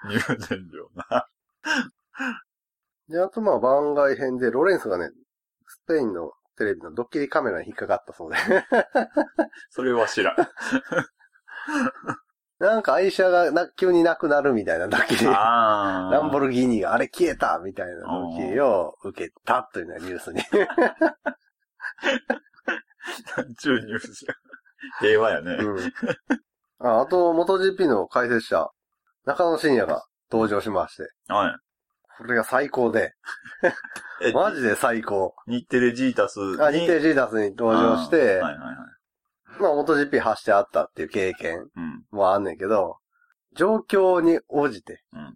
Speaker 2: 入電料な。
Speaker 1: で、あとまあ番外編でロレンスがね、スペインのテレビのドッキリカメラに引っかかったそうで。
Speaker 2: それは知らん。
Speaker 1: なんか愛車がな急になくなるみたいなドッキリ。
Speaker 2: あ
Speaker 1: ランボルギーニがあれ消えたみたいなドッキリを受けたというのはニュースに。
Speaker 2: 単純に入じゃん。平和やね。
Speaker 1: うん。ああと、MotoGP の解説者、中野信也が登場しまして、
Speaker 2: は
Speaker 1: これが最高で、
Speaker 2: い。え、
Speaker 1: マジで最高。
Speaker 2: 日テレジータスに。
Speaker 1: あ、日テレジーダスに登場して、
Speaker 2: あーはいはいはい。
Speaker 1: まあ MotoGP 走ってあったっていう経験
Speaker 2: うん。
Speaker 1: もあんねんけど、状況に応じて
Speaker 2: うん、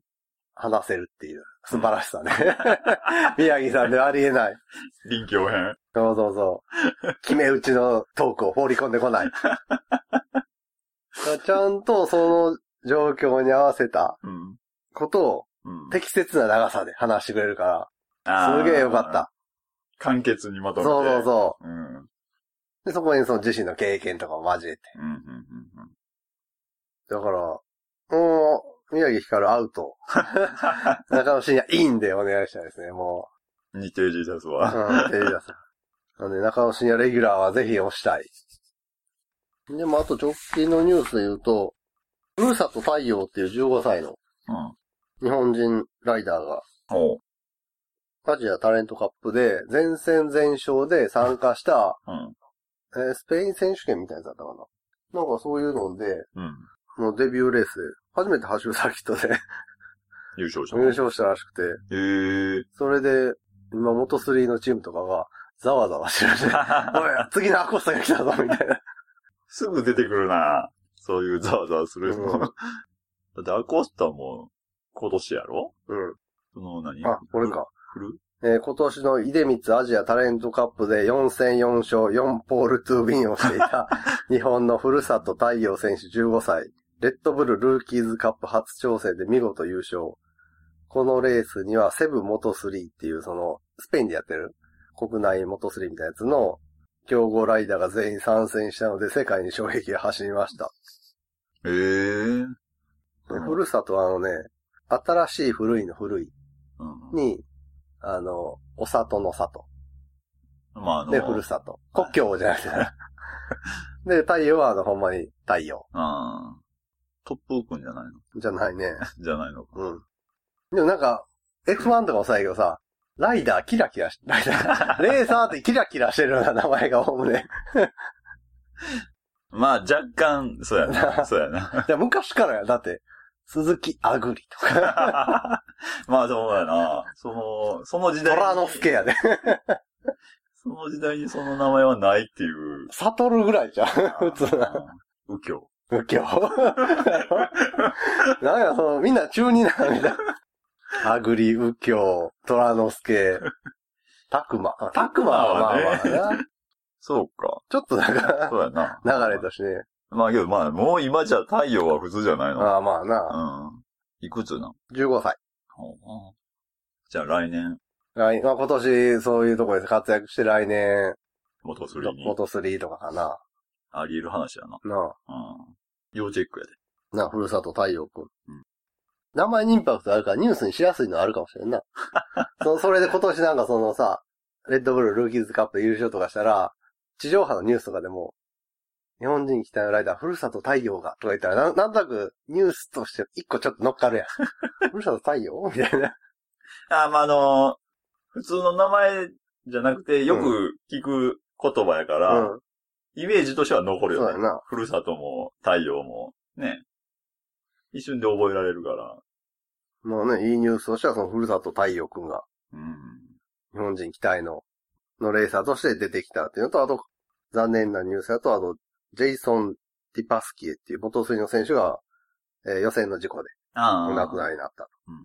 Speaker 1: 話せるっていう素晴らしさね。 宮城さんではありえない。
Speaker 2: 臨機応変。
Speaker 1: そうそうそう。決め打ちのトークを放り込んでこ ない。ちゃんとその状況に合わせた
Speaker 2: うん。
Speaker 1: ことを
Speaker 2: うん。
Speaker 1: 適切な長さで話してくれるか
Speaker 2: あ
Speaker 1: ら、
Speaker 2: ー
Speaker 1: すげえよかった。。
Speaker 2: 簡潔にまと
Speaker 1: そ
Speaker 2: め
Speaker 1: う
Speaker 2: て。
Speaker 1: そうそ
Speaker 2: うん。うん。
Speaker 1: う。で、そこにその自身の経験とかも交えて。
Speaker 2: うん。うん。
Speaker 1: だから、もう、宮城光るアウ ト。中野信也インでお願いしたいですね、も
Speaker 2: うん。日テレジータス
Speaker 1: う。う
Speaker 2: は。
Speaker 1: ん、テレビ朝日なんで、中野信也レギュラーはぜひ押したい。でも、あと直近のニュースで言うと、ふるさと太陽っていう15歳の
Speaker 2: うん。
Speaker 1: 日本人ライダーが、
Speaker 2: おう。
Speaker 1: アジアタレントカップで前戦全勝で参加した
Speaker 2: うん。
Speaker 1: えースペイン選手権みたいなやつだったかな。なんかそういうので、
Speaker 2: うん。
Speaker 1: もうデビューレースで、初めて走るサーキットで
Speaker 2: 優勝した。
Speaker 1: 優勝したらしくて、
Speaker 2: え ー。
Speaker 1: それで、今元3のチームとかが、ざわざわしてるし て、おい、次のアコスタが来たぞ、みたいな。
Speaker 2: すぐ出てくるな。そういうザワザワする
Speaker 1: うん
Speaker 2: の。 だってアコースタも今年やろ
Speaker 1: う
Speaker 2: その何
Speaker 1: ん。あ、これ。か。
Speaker 2: フル
Speaker 1: えー今年の出光アジアタレントカップで4戦4勝4ポール2ビンをしてい た日本のふるさと太陽選手15歳、レッドブルルーキーズカップ初挑戦で見事優勝。このレースにはセブ元3っていうそのスペインでやってる国内元3みたいなやつの競合ライダーが全員参戦したので世界に衝撃が走りました。
Speaker 2: えー。
Speaker 1: で
Speaker 2: うん
Speaker 1: ふるさとはあのね、新しい古いの古い
Speaker 2: うん。
Speaker 1: に、あの、お里の里。
Speaker 2: まあ、あの、
Speaker 1: で、ふるさと。故郷じゃなく て。で、太陽は、あの、ほんまに太陽。
Speaker 2: うん。トップーくんじゃないの
Speaker 1: じゃないね。
Speaker 2: じゃないのか。
Speaker 1: うん。でもなんか、F1 とかもそうやけどさ、ライダーキラキラし、ライダー、レーサーってキラキラしてるような名前が多むね。
Speaker 2: まあ、若干、そうや な。そうやな。
Speaker 1: で昔からや。だって、鈴木アグリとか、
Speaker 2: まあ、そうやな。その、その時代に
Speaker 1: 虎之助や で。
Speaker 2: その時代にその名前はないっていう。
Speaker 1: サトルぐらいじゃん。 普通な。
Speaker 2: うん。右京。
Speaker 1: 右京。 なんや、その、みんな中二なみたいな。アグリ、右京、虎之助、タクマ。あタクマはまあまあ
Speaker 2: タクマ
Speaker 1: な。
Speaker 2: そうか。
Speaker 1: ちょっとなんか、
Speaker 2: そうやな。
Speaker 1: 流れとしてね。
Speaker 2: まあけど、まあ、もう今じゃ太陽は普通じゃないの。
Speaker 1: まあまあな。
Speaker 2: うん。いくつなの
Speaker 1: 15歳。
Speaker 2: じゃあ来年、
Speaker 1: 来まあ、今年、そういうところで活躍して来年、
Speaker 2: 元3に
Speaker 1: 元3とかかな。
Speaker 2: あり得る話やな。
Speaker 1: な
Speaker 2: うん。要チェックやで。
Speaker 1: あ、なあ、ふるさと太陽くん。名前にインパクトあるからニュースにしやすいのはあるかもしれんな。そそれで今年なんかそのさ、レッドブルルーキーズカップで優勝とかしたら、地上波のニュースとかでも、日本人期待のライダー、ふるさと太陽が、とか言ったら、なんなんとなくニュースとして一個ちょっと乗っかるやん。ふるさと太陽みたいな。
Speaker 2: あ、まあ、あの、普通の名前じゃなくて、よく聞く言葉やから、
Speaker 1: うん。
Speaker 2: イメージとしては残る
Speaker 1: そう
Speaker 2: よ
Speaker 1: や
Speaker 2: ね。
Speaker 1: な。
Speaker 2: ふるさとも太陽も、ね。一瞬で覚えられるから。
Speaker 1: もうね、いいニュースとしては、そのふるさと太陽くんが、
Speaker 2: うん。
Speaker 1: 日本人期待の、のレーサーとして出てきたっていうのと、あと、残念なニュースだと、あと、ジェイソン・ティパスキエっていう元水の選手が、えー予選の事故で
Speaker 2: あ
Speaker 1: お亡くな
Speaker 2: り。
Speaker 1: りになった。
Speaker 2: うん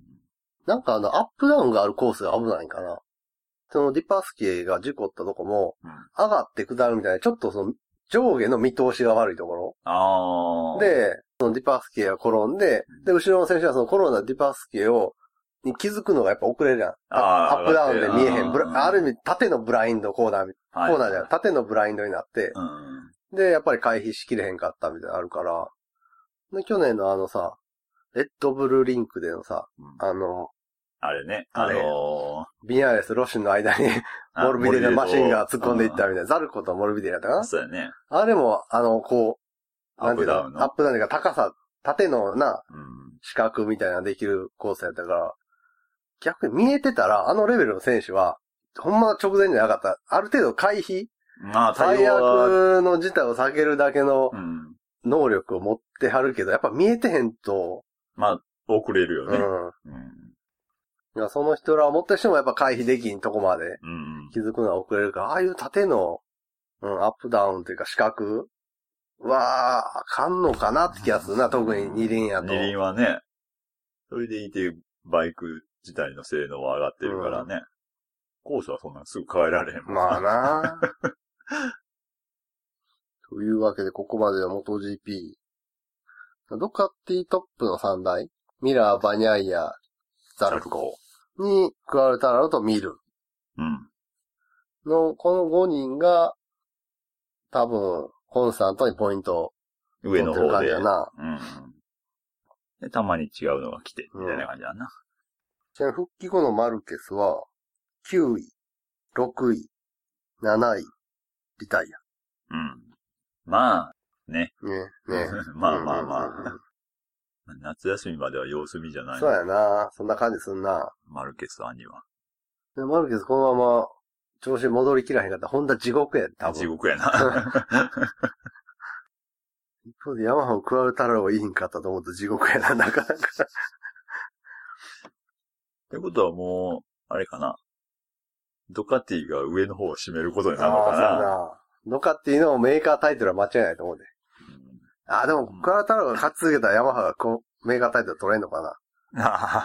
Speaker 1: なんかあの、アップダウンがあるコースが危ないんかな。そのディパスキエが事故ったとこも、
Speaker 2: うん
Speaker 1: 上がって下るみたいな、ちょっとその、上下の見通しが悪いところ。
Speaker 2: ああ。、
Speaker 1: で、そのディパースキーが転んで、で、後ろの選手はそのコロナディパースキーを、に気づくのがやっぱ遅れるやん。
Speaker 2: あー
Speaker 1: アップダウンで見えへん。ブ
Speaker 2: う
Speaker 1: ラ
Speaker 2: ん
Speaker 1: ある意味、縦のブラインドコーナーみ、コ
Speaker 2: コ
Speaker 1: ーナーじゃない、縦のブラインドになって、
Speaker 2: うん。
Speaker 1: で、やっぱり回避しきれへんかったみたいなのあるから、で、去年のあのさ、レッドブルリンクでのさ、
Speaker 2: うん
Speaker 1: あの、
Speaker 2: あれね。あ
Speaker 1: あ
Speaker 2: の
Speaker 1: れ
Speaker 2: ー
Speaker 1: ビニャーレス、ロッシュの間に、
Speaker 2: あ
Speaker 1: モルビデのマシンが突っ込んでいった
Speaker 2: う
Speaker 1: みたいな、ザルコとモルビデやったか
Speaker 2: ん
Speaker 1: な
Speaker 2: そうやね。
Speaker 1: あれも、あの、こう、
Speaker 2: ア
Speaker 1: なん
Speaker 2: ッ
Speaker 1: てい
Speaker 2: プ
Speaker 1: うの
Speaker 2: ダウンの。
Speaker 1: アップダウンというか高さ、縦のな、
Speaker 2: うん。
Speaker 1: 視覚みたいなのできるコースやったから、逆に見えてたら、あのレベルの選手は、ほんま直前じゃなかった。ある程度回避、
Speaker 2: まあ、対
Speaker 1: 最
Speaker 2: 応は、
Speaker 1: 悪の事態を避けるだけの
Speaker 2: うん。
Speaker 1: 能力を持ってはるけど、やっぱ見えてへんと、
Speaker 2: まあ、遅れるよ
Speaker 1: う
Speaker 2: ね。
Speaker 1: ん。
Speaker 2: うん。
Speaker 1: いやその人らを持ってしてもやっぱ回避できんとこまで
Speaker 2: うん。
Speaker 1: 気づくのは遅れるから、ああいう縦の、うん、アップダウンというか視覚は、あかんのかなって気がするな、特に二輪やと。
Speaker 2: 二輪はね、それでいて、バイク自体の性能は上がってるからね。コースはそんなすぐ変えられへんもんな
Speaker 1: まあな。 というわけで、ここまでは元 GP。ドカティトップの3台、ミラー、バニャイア、ザルコに加われたらとミル
Speaker 2: うん。
Speaker 1: の、この5人が、多分、コンスタントにポイントを取
Speaker 2: 上
Speaker 1: っ
Speaker 2: の
Speaker 1: てる
Speaker 2: 方
Speaker 1: 感じ
Speaker 2: で。
Speaker 1: やな。
Speaker 2: うん。で、たまに違うのが来て、みたいな感じだな。
Speaker 1: ちなみに復帰後のマルケスは、9位、6位、7位、リタイ
Speaker 2: うん。まあ、
Speaker 1: ア。ね、ね。
Speaker 2: まあまあま
Speaker 1: うんうんうん
Speaker 2: あ。夏休みまでは様子見じゃない
Speaker 1: そうやな。そんな感じすんな。
Speaker 2: マルケスさんには。
Speaker 1: でマルケスこのまま調子戻りきらへんかったら、ほんだ地獄やで、多分。
Speaker 2: 地獄 やな。
Speaker 1: 一方でヤマハを食われたらをいいんかったと思うと地獄やな、 なかなか。
Speaker 2: ってことはもう、あれかな。ドカティが上の方を占めることになるの
Speaker 1: ああ、
Speaker 2: か
Speaker 1: そうや
Speaker 2: な。
Speaker 1: な。ドカっていうのもメーカータイトルは間違いないと思うで。ああ、でも、食われたらが勝ち続けたらヤマハがこう、メーカータイトル取れんのかな。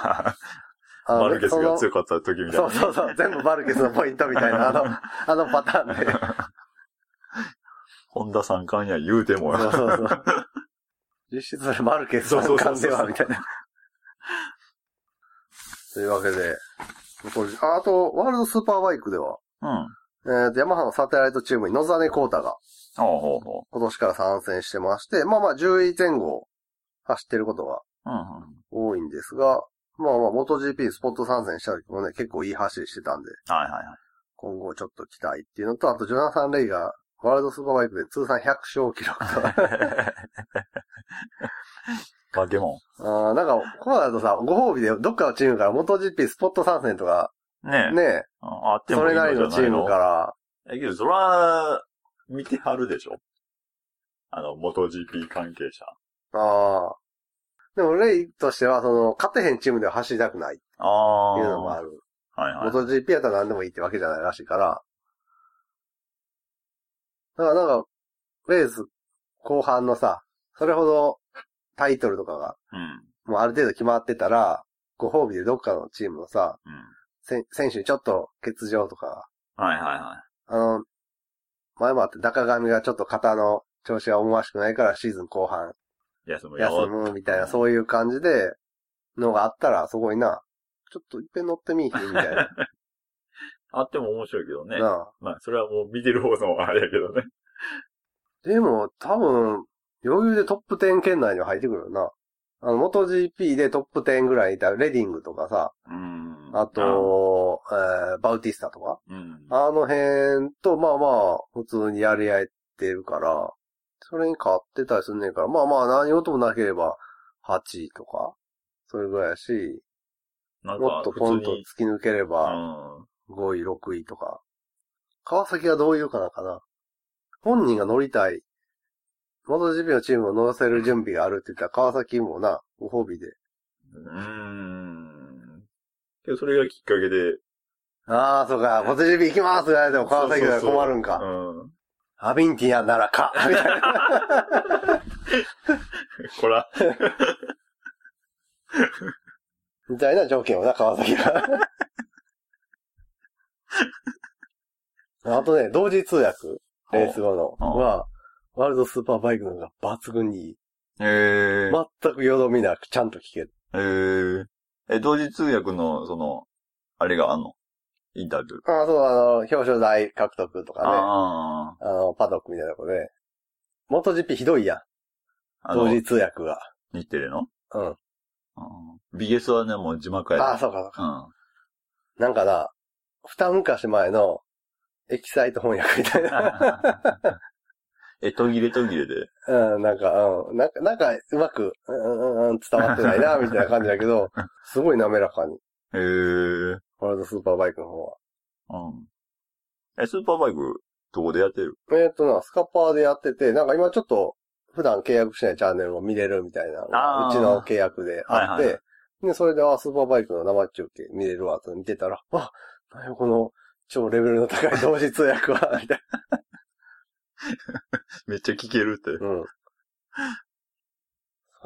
Speaker 1: あの
Speaker 2: マルケスが強かった時みたい
Speaker 1: そ
Speaker 2: な
Speaker 1: の。そうそうそう、全部マルケスのポイントみたいな、あの、あのパターンで。
Speaker 2: ホンダ三冠や言うても
Speaker 1: そうそうそう。実質それマルケス
Speaker 2: そうそう
Speaker 1: 三
Speaker 2: そ
Speaker 1: 冠
Speaker 2: うそう
Speaker 1: では、みたいな。というわけで、これああと、ワールドスーパーバイクでは、
Speaker 2: うん。
Speaker 1: えーと、ヤマハのサテライトチームに野ザネコータが
Speaker 2: ほうほうほ
Speaker 1: 今年から参戦してまして、まあまあ10位前後を走ってることが
Speaker 2: う。うんうん。
Speaker 1: 多いんですが、まあまあ元 GP スポット参戦した時もね、結構いい走りしてたんで、
Speaker 2: はいはいはい。
Speaker 1: 今後ちょっと期待っていうのと、あとジョナサン・レイがワールドスーパーバイクで通算100勝を記録と。
Speaker 2: 化け物。
Speaker 1: あーなんか、こうだとさ、ご褒美でどっかのチームから元 GP スポット参戦とか、
Speaker 2: ねえ。
Speaker 1: ね、
Speaker 2: ああっても
Speaker 1: そ
Speaker 2: いい
Speaker 1: れ
Speaker 2: の
Speaker 1: なり
Speaker 2: じゃない
Speaker 1: の
Speaker 2: の
Speaker 1: チームから、
Speaker 2: だけど、そら、見てはるでしょあの、元 GP 関係者。
Speaker 1: ああ。でも、レイとしては、その、勝てへんチームでは走りたくないって
Speaker 2: ああ。
Speaker 1: いうのもある。
Speaker 2: はいはい。
Speaker 1: 元 GP やったら何でもいいってわけじゃないらしいから。だからなんか、レース後半のさ、それほどタイトルとかが、
Speaker 2: うん。
Speaker 1: もうある程度決まってたら、ご褒美でどっかのチームのさ、
Speaker 2: うん。
Speaker 1: せん選手にちょっと欠場とか、
Speaker 2: はいはいは
Speaker 1: あの、前もあって中上がちょっと肩の調子が思わしくないからシーズン後半
Speaker 2: い。休むよ。
Speaker 1: 休むみたいな、そういう感じで、のがあったら、そこにな、ちょっといっぺん乗ってみいひんみたいな。
Speaker 2: あっても面白いけどね。
Speaker 1: な あ
Speaker 2: まあ、それはもう見てる方のあれやけどね。
Speaker 1: でも、多分、余裕でトップ10圏内には入ってくるよな。あの、元 GP でトップ10ぐらいいたレディングとかさ、
Speaker 2: うん。
Speaker 1: あ、と、えーバウティスタとか、
Speaker 2: うん。
Speaker 1: あの辺と、まあまあ、普通にやり合えてるから、それに勝ってたりすんねんから、まあまあ、何事もなければ、8位とか、それぐらいやし、
Speaker 2: なん
Speaker 1: もっ
Speaker 2: か、
Speaker 1: と
Speaker 2: 普
Speaker 1: ポ
Speaker 2: 通
Speaker 1: ンと
Speaker 2: に、
Speaker 1: 突き抜けれ
Speaker 2: う
Speaker 1: ば、
Speaker 2: ん。
Speaker 1: 5位、6位とか。川崎はどういうかなかな。本人が乗りたい。元ジビのチームを乗らせる準備があるって言ったら川崎もな、ご褒美で。
Speaker 2: うん。けど、それがきっかけで、
Speaker 1: ああ、そうか、元ジビ行きますって言われても川崎が困るんか。
Speaker 2: そうそうそううん。
Speaker 1: アビンティアンなら か、みたいな。
Speaker 2: こら、
Speaker 1: みたいな条件をな、川崎 が。あとね、同時通訳、レース後の
Speaker 2: ほう
Speaker 1: は、ワールドスーパーバイクの方が抜群にいい。
Speaker 2: えー、
Speaker 1: 全くよどみなくちゃんと聞ける。
Speaker 2: えー、え、同時通訳の、その、あれがあんのインタビュー。
Speaker 1: ああ、そう、あの、表彰台獲得とかね、あ
Speaker 2: あ
Speaker 1: の、パドックみたいなとこで、元 GP ひどいやん、
Speaker 2: あ。あ
Speaker 1: 同
Speaker 2: の、
Speaker 1: 時通訳が。
Speaker 2: 日テレの
Speaker 1: うん。
Speaker 2: うん。BS はね、もう字幕
Speaker 1: あ
Speaker 2: や
Speaker 1: あ、そうか、そう
Speaker 2: う
Speaker 1: か。
Speaker 2: ん。
Speaker 1: なんかな、二昔前の、エキサイト翻訳みたいな。
Speaker 2: え、途切れ途切れで。
Speaker 1: うん、なんか、うん、なんか、なんか、うまく、うん、うん、うん、伝わってないな、みたいな感じだけ ど、すごい滑らかに、
Speaker 2: えー、
Speaker 1: ワールドスーパーバイクの方は。
Speaker 2: うん。え、スーパーバイク、どこでやってる
Speaker 1: えっ、とな、スカパーでやってて、なんか今ちょっと、普段契約しないチャンネルも見れるみたいなのが、
Speaker 2: あ
Speaker 1: う
Speaker 2: ー
Speaker 1: ちの契約であって、
Speaker 2: はいは
Speaker 1: で、それで、あ、スーパーバイクの生中継見れるわ、と見てたら、あ、何よこの、超レベルの高い同時通訳は、みたい
Speaker 2: めっちゃ聞けるって。
Speaker 1: な。う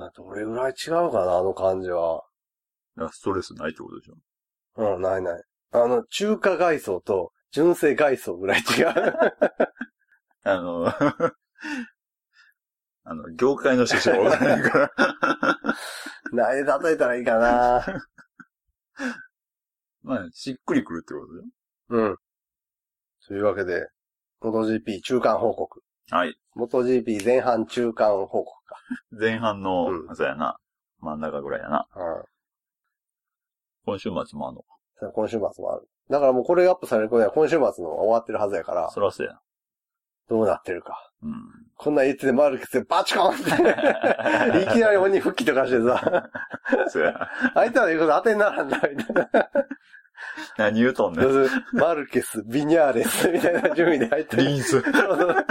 Speaker 1: ん。 それどれぐらい違うかな、あの感じは。
Speaker 2: あストレスないってことでしょ
Speaker 1: うん、ないない。あの、中華外装と、純正外装ぐらい違う。
Speaker 2: あの、 あの、業界の師匠 がわからないから。
Speaker 1: 何で例えたらいいかな。
Speaker 2: まあ、しっくりくるってことで
Speaker 1: うん。というわけで、MotoGP 中間報告。
Speaker 2: はい。
Speaker 1: MotoGP 前半中間報告か。
Speaker 2: 前半の、
Speaker 1: う
Speaker 2: そうやな。真ん中ぐらいやな。
Speaker 1: うん
Speaker 2: 今週末もあんのか。
Speaker 1: それ今週末もある。だからもうこれがアップされる頃には今週末のが終わってるはずやから、
Speaker 2: そらそうや。
Speaker 1: どうなってるか。
Speaker 2: うん。
Speaker 1: こんなん言っててマルケスでバチコンって いきなり鬼復帰とかしてさ、
Speaker 2: そうや。
Speaker 1: 相手の言うこと当てにならんな、みたいな。
Speaker 2: 何言うとんねん。
Speaker 1: 要するにマルケス、ビニャーレスみたいな順位で入ってる。
Speaker 2: リ ン
Speaker 1: そ
Speaker 2: ス。
Speaker 1: うそう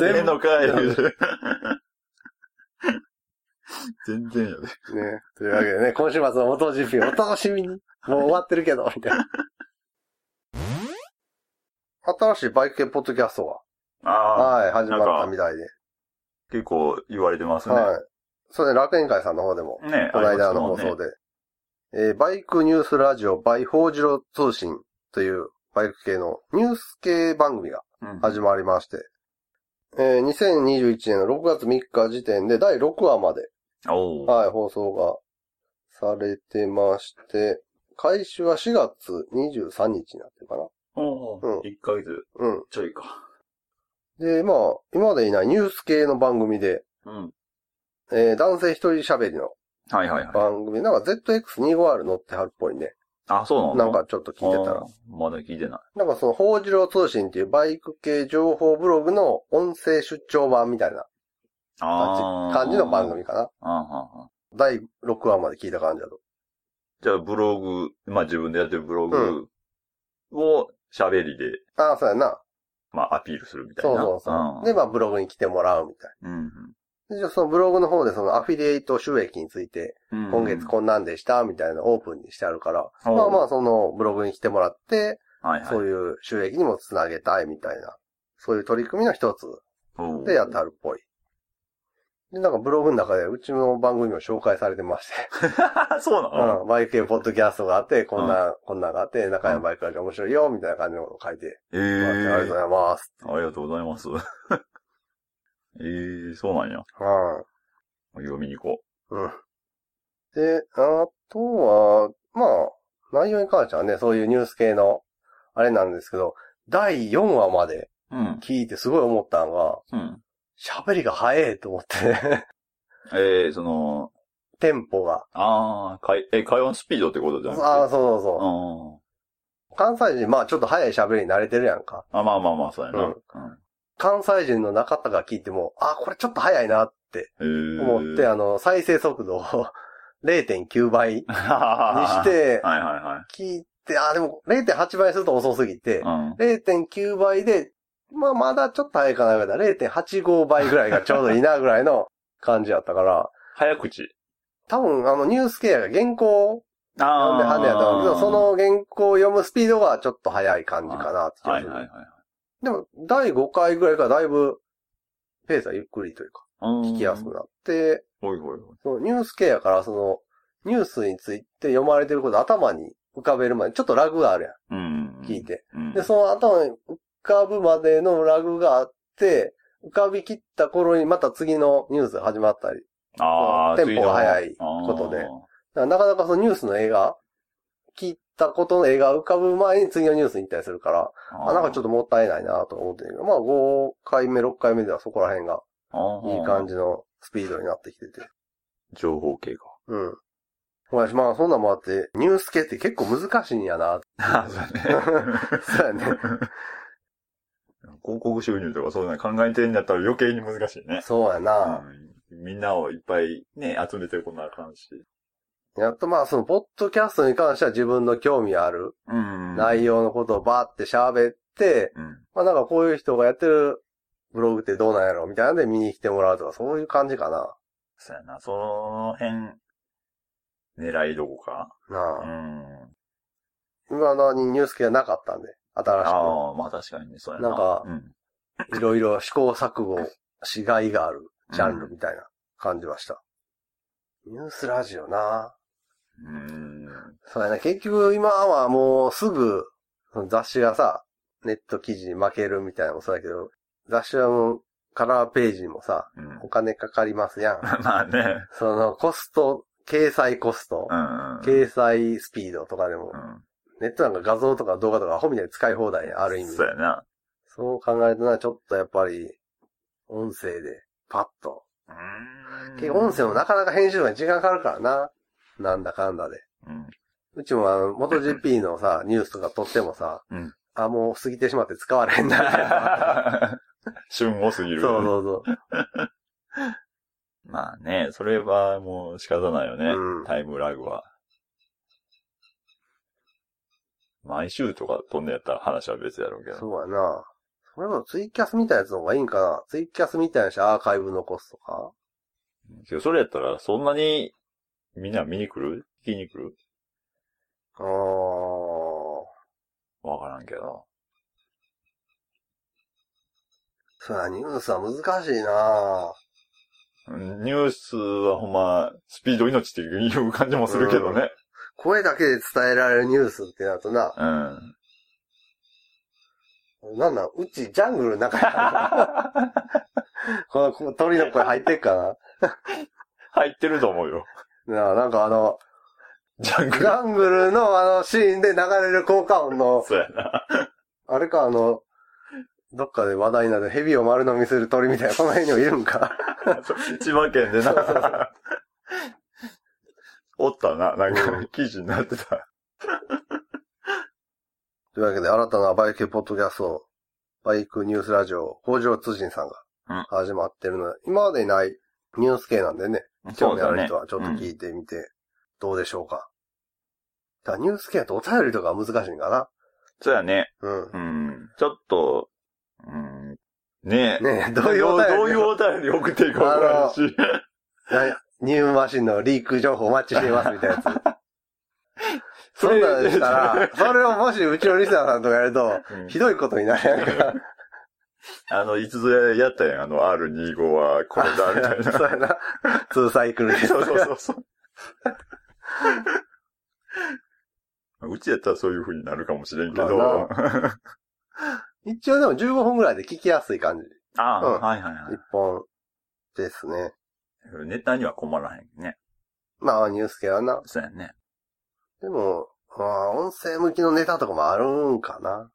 Speaker 2: 全然のかい
Speaker 1: 全。
Speaker 2: 全然やで。
Speaker 1: ね。というわけでね、今週末の元 GP お楽しみに。もう終わってるけど、みたいな。新しいバイク系ポッドキャストは、
Speaker 2: ああ、
Speaker 1: はい、始まったみたいで。
Speaker 2: 結構言われてますね。
Speaker 1: はい。それで楽園会さんの方でも、
Speaker 2: ね
Speaker 1: この間の放
Speaker 2: ありま
Speaker 1: 送
Speaker 2: すもんね
Speaker 1: で、えーバイクニュースラジオバイホージロ通信というバイク系のニュース系番組が
Speaker 2: うん
Speaker 1: 始まりまして、えー2021年の6月3日時点で第6話まで
Speaker 2: おー
Speaker 1: はい、放送がされてまして、開始は4月23日になってるかな。
Speaker 2: お
Speaker 1: うん
Speaker 2: ー。1ヶ月
Speaker 1: うん。
Speaker 2: ちょいか。
Speaker 1: で、まあ、今までいないニュース系の番組で、
Speaker 2: うん。
Speaker 1: えー男性一人喋りの
Speaker 2: はいはいはい。
Speaker 1: 番組、なんか ZX25R 乗ってはるっぽいね。
Speaker 2: あ、そうなの
Speaker 1: なんかちょっと聞いてたら
Speaker 2: あ。ーまだ聞いてない。
Speaker 1: なんかその、報じろ通信っていうバイク系情報ブログの音声出張版みたいな
Speaker 2: ああ。
Speaker 1: 感じの番。組かな。
Speaker 2: あーあーあー
Speaker 1: 第6話まで聞いた感じだと。
Speaker 2: じゃあ、ブログ、まあ自分でやってるブログを喋りで、
Speaker 1: ああ、そうやな。
Speaker 2: まあアピールするみたい
Speaker 1: そう
Speaker 2: な。
Speaker 1: そうそう。で、
Speaker 2: ん
Speaker 1: まあ、ブログに来てもらうみたいな。
Speaker 2: うん
Speaker 1: で、じゃあそのブログの方でそのアフィリエイト収益について、
Speaker 2: うん。
Speaker 1: 今月こんなんでした、みたいなオープンにしてあるから、
Speaker 2: うん
Speaker 1: まあまあそのブログに来てもらって、
Speaker 2: はいはい。
Speaker 1: そういう収益にもつなげたいみたいな、そういう取り組みの一つ
Speaker 2: おー
Speaker 1: でやってあるっぽい。で、なんかブログの中でうちの番組も紹介されてまして、
Speaker 2: そうな の、
Speaker 1: うん、バイク系ポッドキャストがあって、こんな、こんなんがあって、中山バイクが面白いよ、みたいな感じのことを書いて、
Speaker 2: ええ
Speaker 1: もらってありがとうございます。
Speaker 2: ありがとうございます。 ええそうなんや。
Speaker 1: うん。
Speaker 2: 読みに行こ
Speaker 1: うん。で、あとは、まあ、内容に関してはね、そういうニュース系の、あれなんですけど、第4話まで
Speaker 2: う。うん。
Speaker 1: 聞いてすごい思ったのが、
Speaker 2: うん。
Speaker 1: 喋りが早いと思ってね。
Speaker 2: ええその、
Speaker 1: テンポが。
Speaker 2: ああ、会、え、会話のスピードってことじゃなくて。
Speaker 1: ああ、そうそうそう。
Speaker 2: うん。
Speaker 1: 関西人、まあちょっと早い喋りに慣れてるやんか。
Speaker 2: あ、まあまあまあ、そうやな。
Speaker 1: うん関西人の中田が聞いても、あ、これちょっと早いなって
Speaker 2: うん。へえ。
Speaker 1: 思って、、あの、再生速度を 0.9倍にし
Speaker 2: は
Speaker 1: て、
Speaker 2: はいはいは
Speaker 1: 聞いて、あ、でも0.8倍すると遅すぎて
Speaker 2: い。、うん。
Speaker 1: 0.9倍で、まあまだちょっと早いかなぐらいだ、0.85倍ぐらいがちょうどいいなぐらいの感じやったから、
Speaker 2: 早口。
Speaker 1: 多分あのニュース系やが原稿
Speaker 2: あ
Speaker 1: 読んでは
Speaker 2: あ。
Speaker 1: んねやと思うけど、そ、の原稿を読むスピードがちょっと早い感じかなって気が
Speaker 2: は
Speaker 1: す
Speaker 2: い
Speaker 1: る。
Speaker 2: はいはい。
Speaker 1: でも、第5回ぐらいからだいぶ、ペースはゆっくりというか、
Speaker 2: うん
Speaker 1: 聞きやすく。なって、
Speaker 2: ほいほいほい。
Speaker 1: そのニュース系やから、その、ニュースについて読まれてること頭に浮かべるまで、ちょっとラグがあるや
Speaker 2: うん。
Speaker 1: ん、聞いて。
Speaker 2: うん。
Speaker 1: で、その頭に浮かぶまでのラグがあって、浮かびきった頃にまた次のニュースが始まったり。
Speaker 2: ああ、
Speaker 1: テンポが速い
Speaker 2: 次の
Speaker 1: ことで
Speaker 2: あ
Speaker 1: だ
Speaker 2: ー
Speaker 1: からなかなかそのニュースの映画、聞いたことの映画が浮かぶ前に次のニュースに行ったりするから、あなんかちょっともったいないなと思ってるけど、まあ5回目、6回目ではそこら辺が
Speaker 2: と
Speaker 1: いい感じのスピードになってきてて。
Speaker 2: じ。情報系か。
Speaker 1: うん。ほらまあそんなんもあって、ニュース系って結構難しいんやな。
Speaker 2: ああ、 そ う
Speaker 1: そうやね。
Speaker 2: ね。広告収入とかそういうの考えてるんだったら余計に難しいね。
Speaker 1: そうやな。
Speaker 2: うんみんなをいっぱいね、集めてこなあかんし。
Speaker 1: やっとまあその、ポッドキャストに関しては自分の興味ある
Speaker 2: うん
Speaker 1: 内容のことをバーって喋って、
Speaker 2: うん。
Speaker 1: まあなんかこういう人がやってるブログってどうなんやろみたいなんで見に来てもらうとか、そういう感じかな。
Speaker 2: そうやな。その辺、狙いどこか。う
Speaker 1: なあ。
Speaker 2: ん。
Speaker 1: 今のにニュース系はなかったんで、新し
Speaker 2: ああ、まあ確かにね、そうやな。
Speaker 1: なんか
Speaker 2: うん。
Speaker 1: く、いろいろ試行錯誤しがいがあるジャンルみたいな感じました。ニュースラジオな
Speaker 2: うん。
Speaker 1: そうやな。結局今はもうすぐ、その雑誌がさ、ネット記事に負けるみたいなのもそうだけど、雑誌はもうカラーページにもさ、
Speaker 2: うん
Speaker 1: お金かかりますやん。
Speaker 2: まあね。
Speaker 1: そのコスト、掲載コスト
Speaker 2: う、ん。
Speaker 1: 掲載スピードとかでも
Speaker 2: う、ん。
Speaker 1: ネットなんか画像とか動画とかアホみたいに使い放題ある意味。
Speaker 2: そうやな。
Speaker 1: そう考えたらちょっとやっぱり、音声で、パッと。
Speaker 2: うん
Speaker 1: 結構音声もなかなか編集が時間かかるからな。なんだかんだで。
Speaker 2: うん。
Speaker 1: うちもあの、元 GP のさ、ニュースとか撮ってもさ、
Speaker 2: うん
Speaker 1: あ、もう過ぎてしまって使われへんなみたい な。
Speaker 2: 旬を過ぎ
Speaker 1: そう
Speaker 2: る。
Speaker 1: そうそう。
Speaker 2: まあね、それはもう仕方ないよね。
Speaker 1: うん
Speaker 2: タイムラグは。毎週とか飛んでやったら話は別やろうけど。
Speaker 1: そうやな。それもツイキャスみたいなやつの方がいいんかな。ツイキャスみたいなしアーカイブ残すとか。
Speaker 2: けどそれやったらそんなにみんな見に来る聞きに来る
Speaker 1: あー。
Speaker 2: わからんけど。
Speaker 1: そうや、ニュースは難しいな
Speaker 2: うんニュースはほんま、スピード命っていう感じもするけどね。
Speaker 1: 声だけで伝えられるニュースってなるとな、
Speaker 2: うん。
Speaker 1: なんなん、うちジャングルの中や このこの鳥の声入ってっか
Speaker 2: 入ってると思うよ。
Speaker 1: ななあなんかあの、
Speaker 2: ジャン
Speaker 1: ジ
Speaker 2: グル。
Speaker 1: ャングルのあのシーンで流れる効果音の、
Speaker 2: そう やな。
Speaker 1: あれかあの、どっかで話題になる蛇を丸飲みする鳥みたいな、この辺にもいるんか。
Speaker 2: 千葉県で
Speaker 1: そうそうそ
Speaker 2: な。 おったな、なん
Speaker 1: う
Speaker 2: か
Speaker 1: ん
Speaker 2: 記事になってた。
Speaker 1: というわけで、新たなバイクポッドキャスト、バイクニュースラジオ、工場通信さん
Speaker 2: うん
Speaker 1: が始まってるので、今までにないニュース系なんでね、興味ある人はちょっと聞いてみて、どうでしょうか。だからニュース系だとお便りとか難しいんか
Speaker 2: そうやね。
Speaker 1: な。うん。
Speaker 2: うん。ちょっと、うん。ねえ。
Speaker 1: ねえどういうお便り
Speaker 2: どういうお便り送っていいかわからんし。
Speaker 1: なニューマシンのリーク情報お待ちしていますみたいな やつ。そん
Speaker 2: れ
Speaker 1: なんしたら、それをもしうちのリスナーさんとかやると、
Speaker 2: うん
Speaker 1: ひどいことになるやん か。
Speaker 2: あの、いつぞややったやん、あの R25 はこれだ、み たいな。
Speaker 1: そうやな。ツーサイクルで。
Speaker 2: そうそうそうそう。うちやったらそういう風になるかもしれんけど。
Speaker 1: ま
Speaker 2: あ
Speaker 1: 一応でも15分ぐらいで聞きやすい感じ。
Speaker 2: あ、
Speaker 1: うん
Speaker 2: はいはいは
Speaker 1: 一本ですね。
Speaker 2: い。ネタには困らへんね。
Speaker 1: まあ、ニュース系はな。
Speaker 2: そうやね。
Speaker 1: でも、まあ、音声向きのネタとかもあるんかな。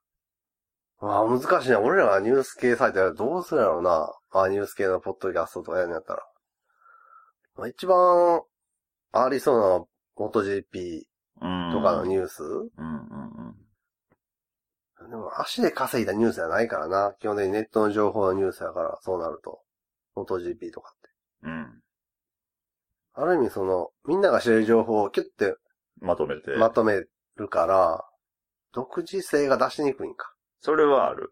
Speaker 1: まあ、難しいな。俺らがニュース系サイトやるとどうするやろうな。まあ、ニュース系のポッドキャストとかやるんやったら。まあ、一番、ありそうな、元 GP
Speaker 2: うん。
Speaker 1: とかのニュース、
Speaker 2: うんうんうん。
Speaker 1: でも足で稼いだニュースじゃないからな。基本的にネットの情報のニュースだから、そうなると。元 GP とかって。
Speaker 2: うん。
Speaker 1: ある意味その、みんなが知れる情報をキュッて
Speaker 2: まとめて。
Speaker 1: まとめるから、独自性が出しにくいんか。
Speaker 2: それはある。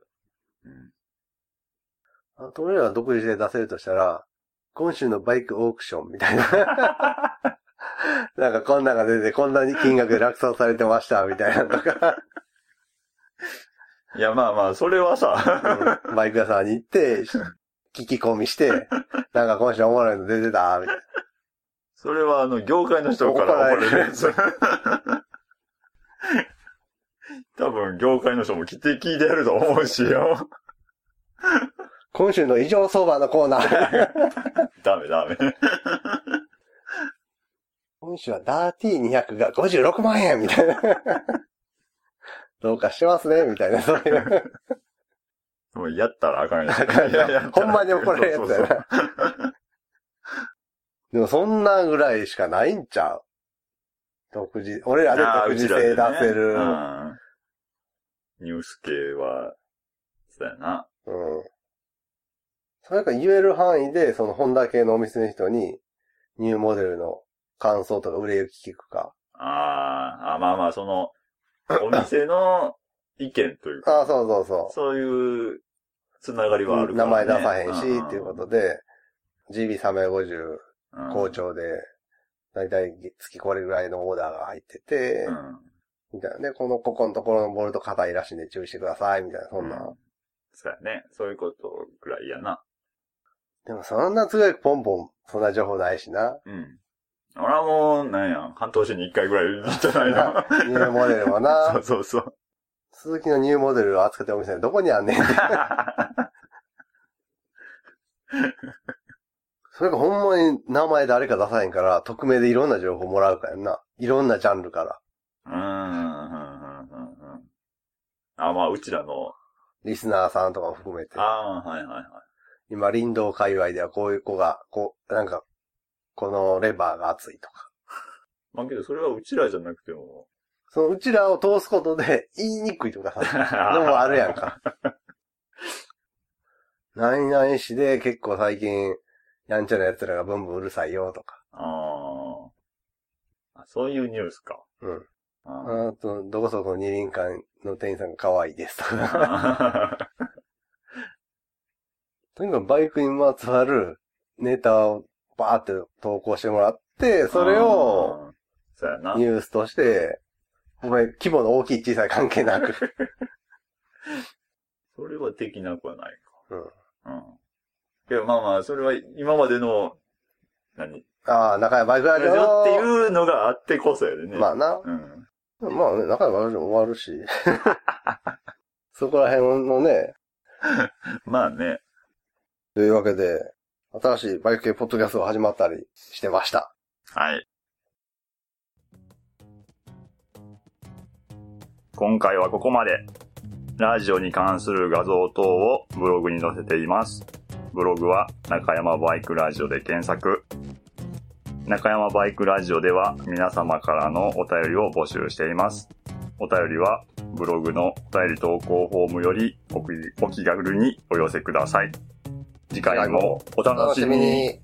Speaker 2: うん。
Speaker 1: あと俺らが独自性出せるとしたら、今週のバイクオークションみたい な。なんかこんなんが出て、こんなに金額で落札されてました、みたいなのとか、
Speaker 2: いや、まあまあ、それはさ、
Speaker 1: うんバイク屋さんに行って、聞き込みして、なんか今週おもろいの出てた、みたいな。
Speaker 2: それはあの、業界の人か
Speaker 1: 怒
Speaker 2: ら
Speaker 1: られ
Speaker 2: 怒ら
Speaker 1: る
Speaker 2: れるやつ。 多分、業界の人も来て聞いてやると思うしよ。
Speaker 1: 今週の異常相場のコーナー。
Speaker 2: ダメダメ。
Speaker 1: 今週はダーティー200が56万円みたいな。どうかしてますねみたいな、そういう。
Speaker 2: もうやったらあか んやつ。いややった
Speaker 1: ほ
Speaker 2: ら
Speaker 1: んまに怒られるやつだ
Speaker 2: そう
Speaker 1: よ
Speaker 2: そう
Speaker 1: な。でもそんなぐらいしかないんちゃう独自、俺ら
Speaker 2: そうあ
Speaker 1: で
Speaker 2: ー
Speaker 1: 独自
Speaker 2: うちら
Speaker 1: 性
Speaker 2: でね
Speaker 1: 出せる。
Speaker 2: うんニュース系は、そうやな。
Speaker 1: うん。それか言える範囲で、そのホンダ系のお店の人に、ニューモデルの感想とか売れ行き聞くか。
Speaker 2: あーあ、まあまあ、その、お店の意見というか、
Speaker 1: ああ、そうそうそう。
Speaker 2: そういうつながりはあるか
Speaker 1: 名
Speaker 2: ら、ね。
Speaker 1: 前出さへんし、っていうことで、GB350
Speaker 2: と
Speaker 1: 校長で、だいたい月これぐらいのオーダーが入ってて、みたいなね、このここのところのボルト硬いらしいんで注意してください、みたいな、そんな。
Speaker 2: うそうやね。そういうことぐらいやな。
Speaker 1: でもそんな強いポンポン、そんな情報ないし な。
Speaker 2: うん。俺はもう、なんや、半年に一回ぐらいじゃないの。
Speaker 1: ニューモデルも
Speaker 2: そ
Speaker 1: な
Speaker 2: う、そうそう。
Speaker 1: 鈴木のニューモデルを扱ってるお店どこにあんねんって。それかほんまに名前誰か出さへんから、匿名でいろんな情報もらうからやんな。いろんなジャンルから。
Speaker 2: うん、うん、うん、うん。うんあ、まあ、うちらの、
Speaker 1: リスナーさんとかも含めて。
Speaker 2: ああ、はいはいはい。
Speaker 1: 今、林道界隈ではこういう子が、こう、なんか、このレバーが熱いとか。
Speaker 2: まあけど、それはうちらじゃなくても。
Speaker 1: そのうちらを通すこと で言いにくいとか さ、のもあるやんか。何々市で結構最近、やんちゃな奴らがブンブンうるさいよとか。
Speaker 2: ああ。そういうニュースか。
Speaker 1: うん。
Speaker 2: あ
Speaker 1: あと、どこそこの二輪館の店員さんが可愛いですとか。
Speaker 2: あ。
Speaker 1: とにかくバイクにまつわるネタをバーって投稿してもらって、それを、
Speaker 2: うん、そうやな
Speaker 1: ニ。ュースとして、お前、規模の大きい小さい関係なく。
Speaker 2: それはできなくはない
Speaker 1: うん
Speaker 2: か。うん。けどまあまあ、それは今までの、何
Speaker 1: ああ、中山バイクラ
Speaker 2: ラ
Speaker 1: ジ
Speaker 2: ジ
Speaker 1: オ
Speaker 2: オっていうのがあってこそやでね。
Speaker 1: まあな。
Speaker 2: うん。
Speaker 1: まあね、中山バイクラジオ終わる し。そこら辺のね、
Speaker 2: まあね。
Speaker 1: というわけで、新しいバイク系ポッドキャストが始まったりしてました。
Speaker 2: はい。今回はここまで。ラジオに関する画像等をブログに載せています。ブログは中山バイクラジオで検索。中山バイクラジオでは皆様からのお便りを募集しています。お便りはブログのお便り投稿フォームよりお気お気軽にお寄せください。次回もお楽しみに。。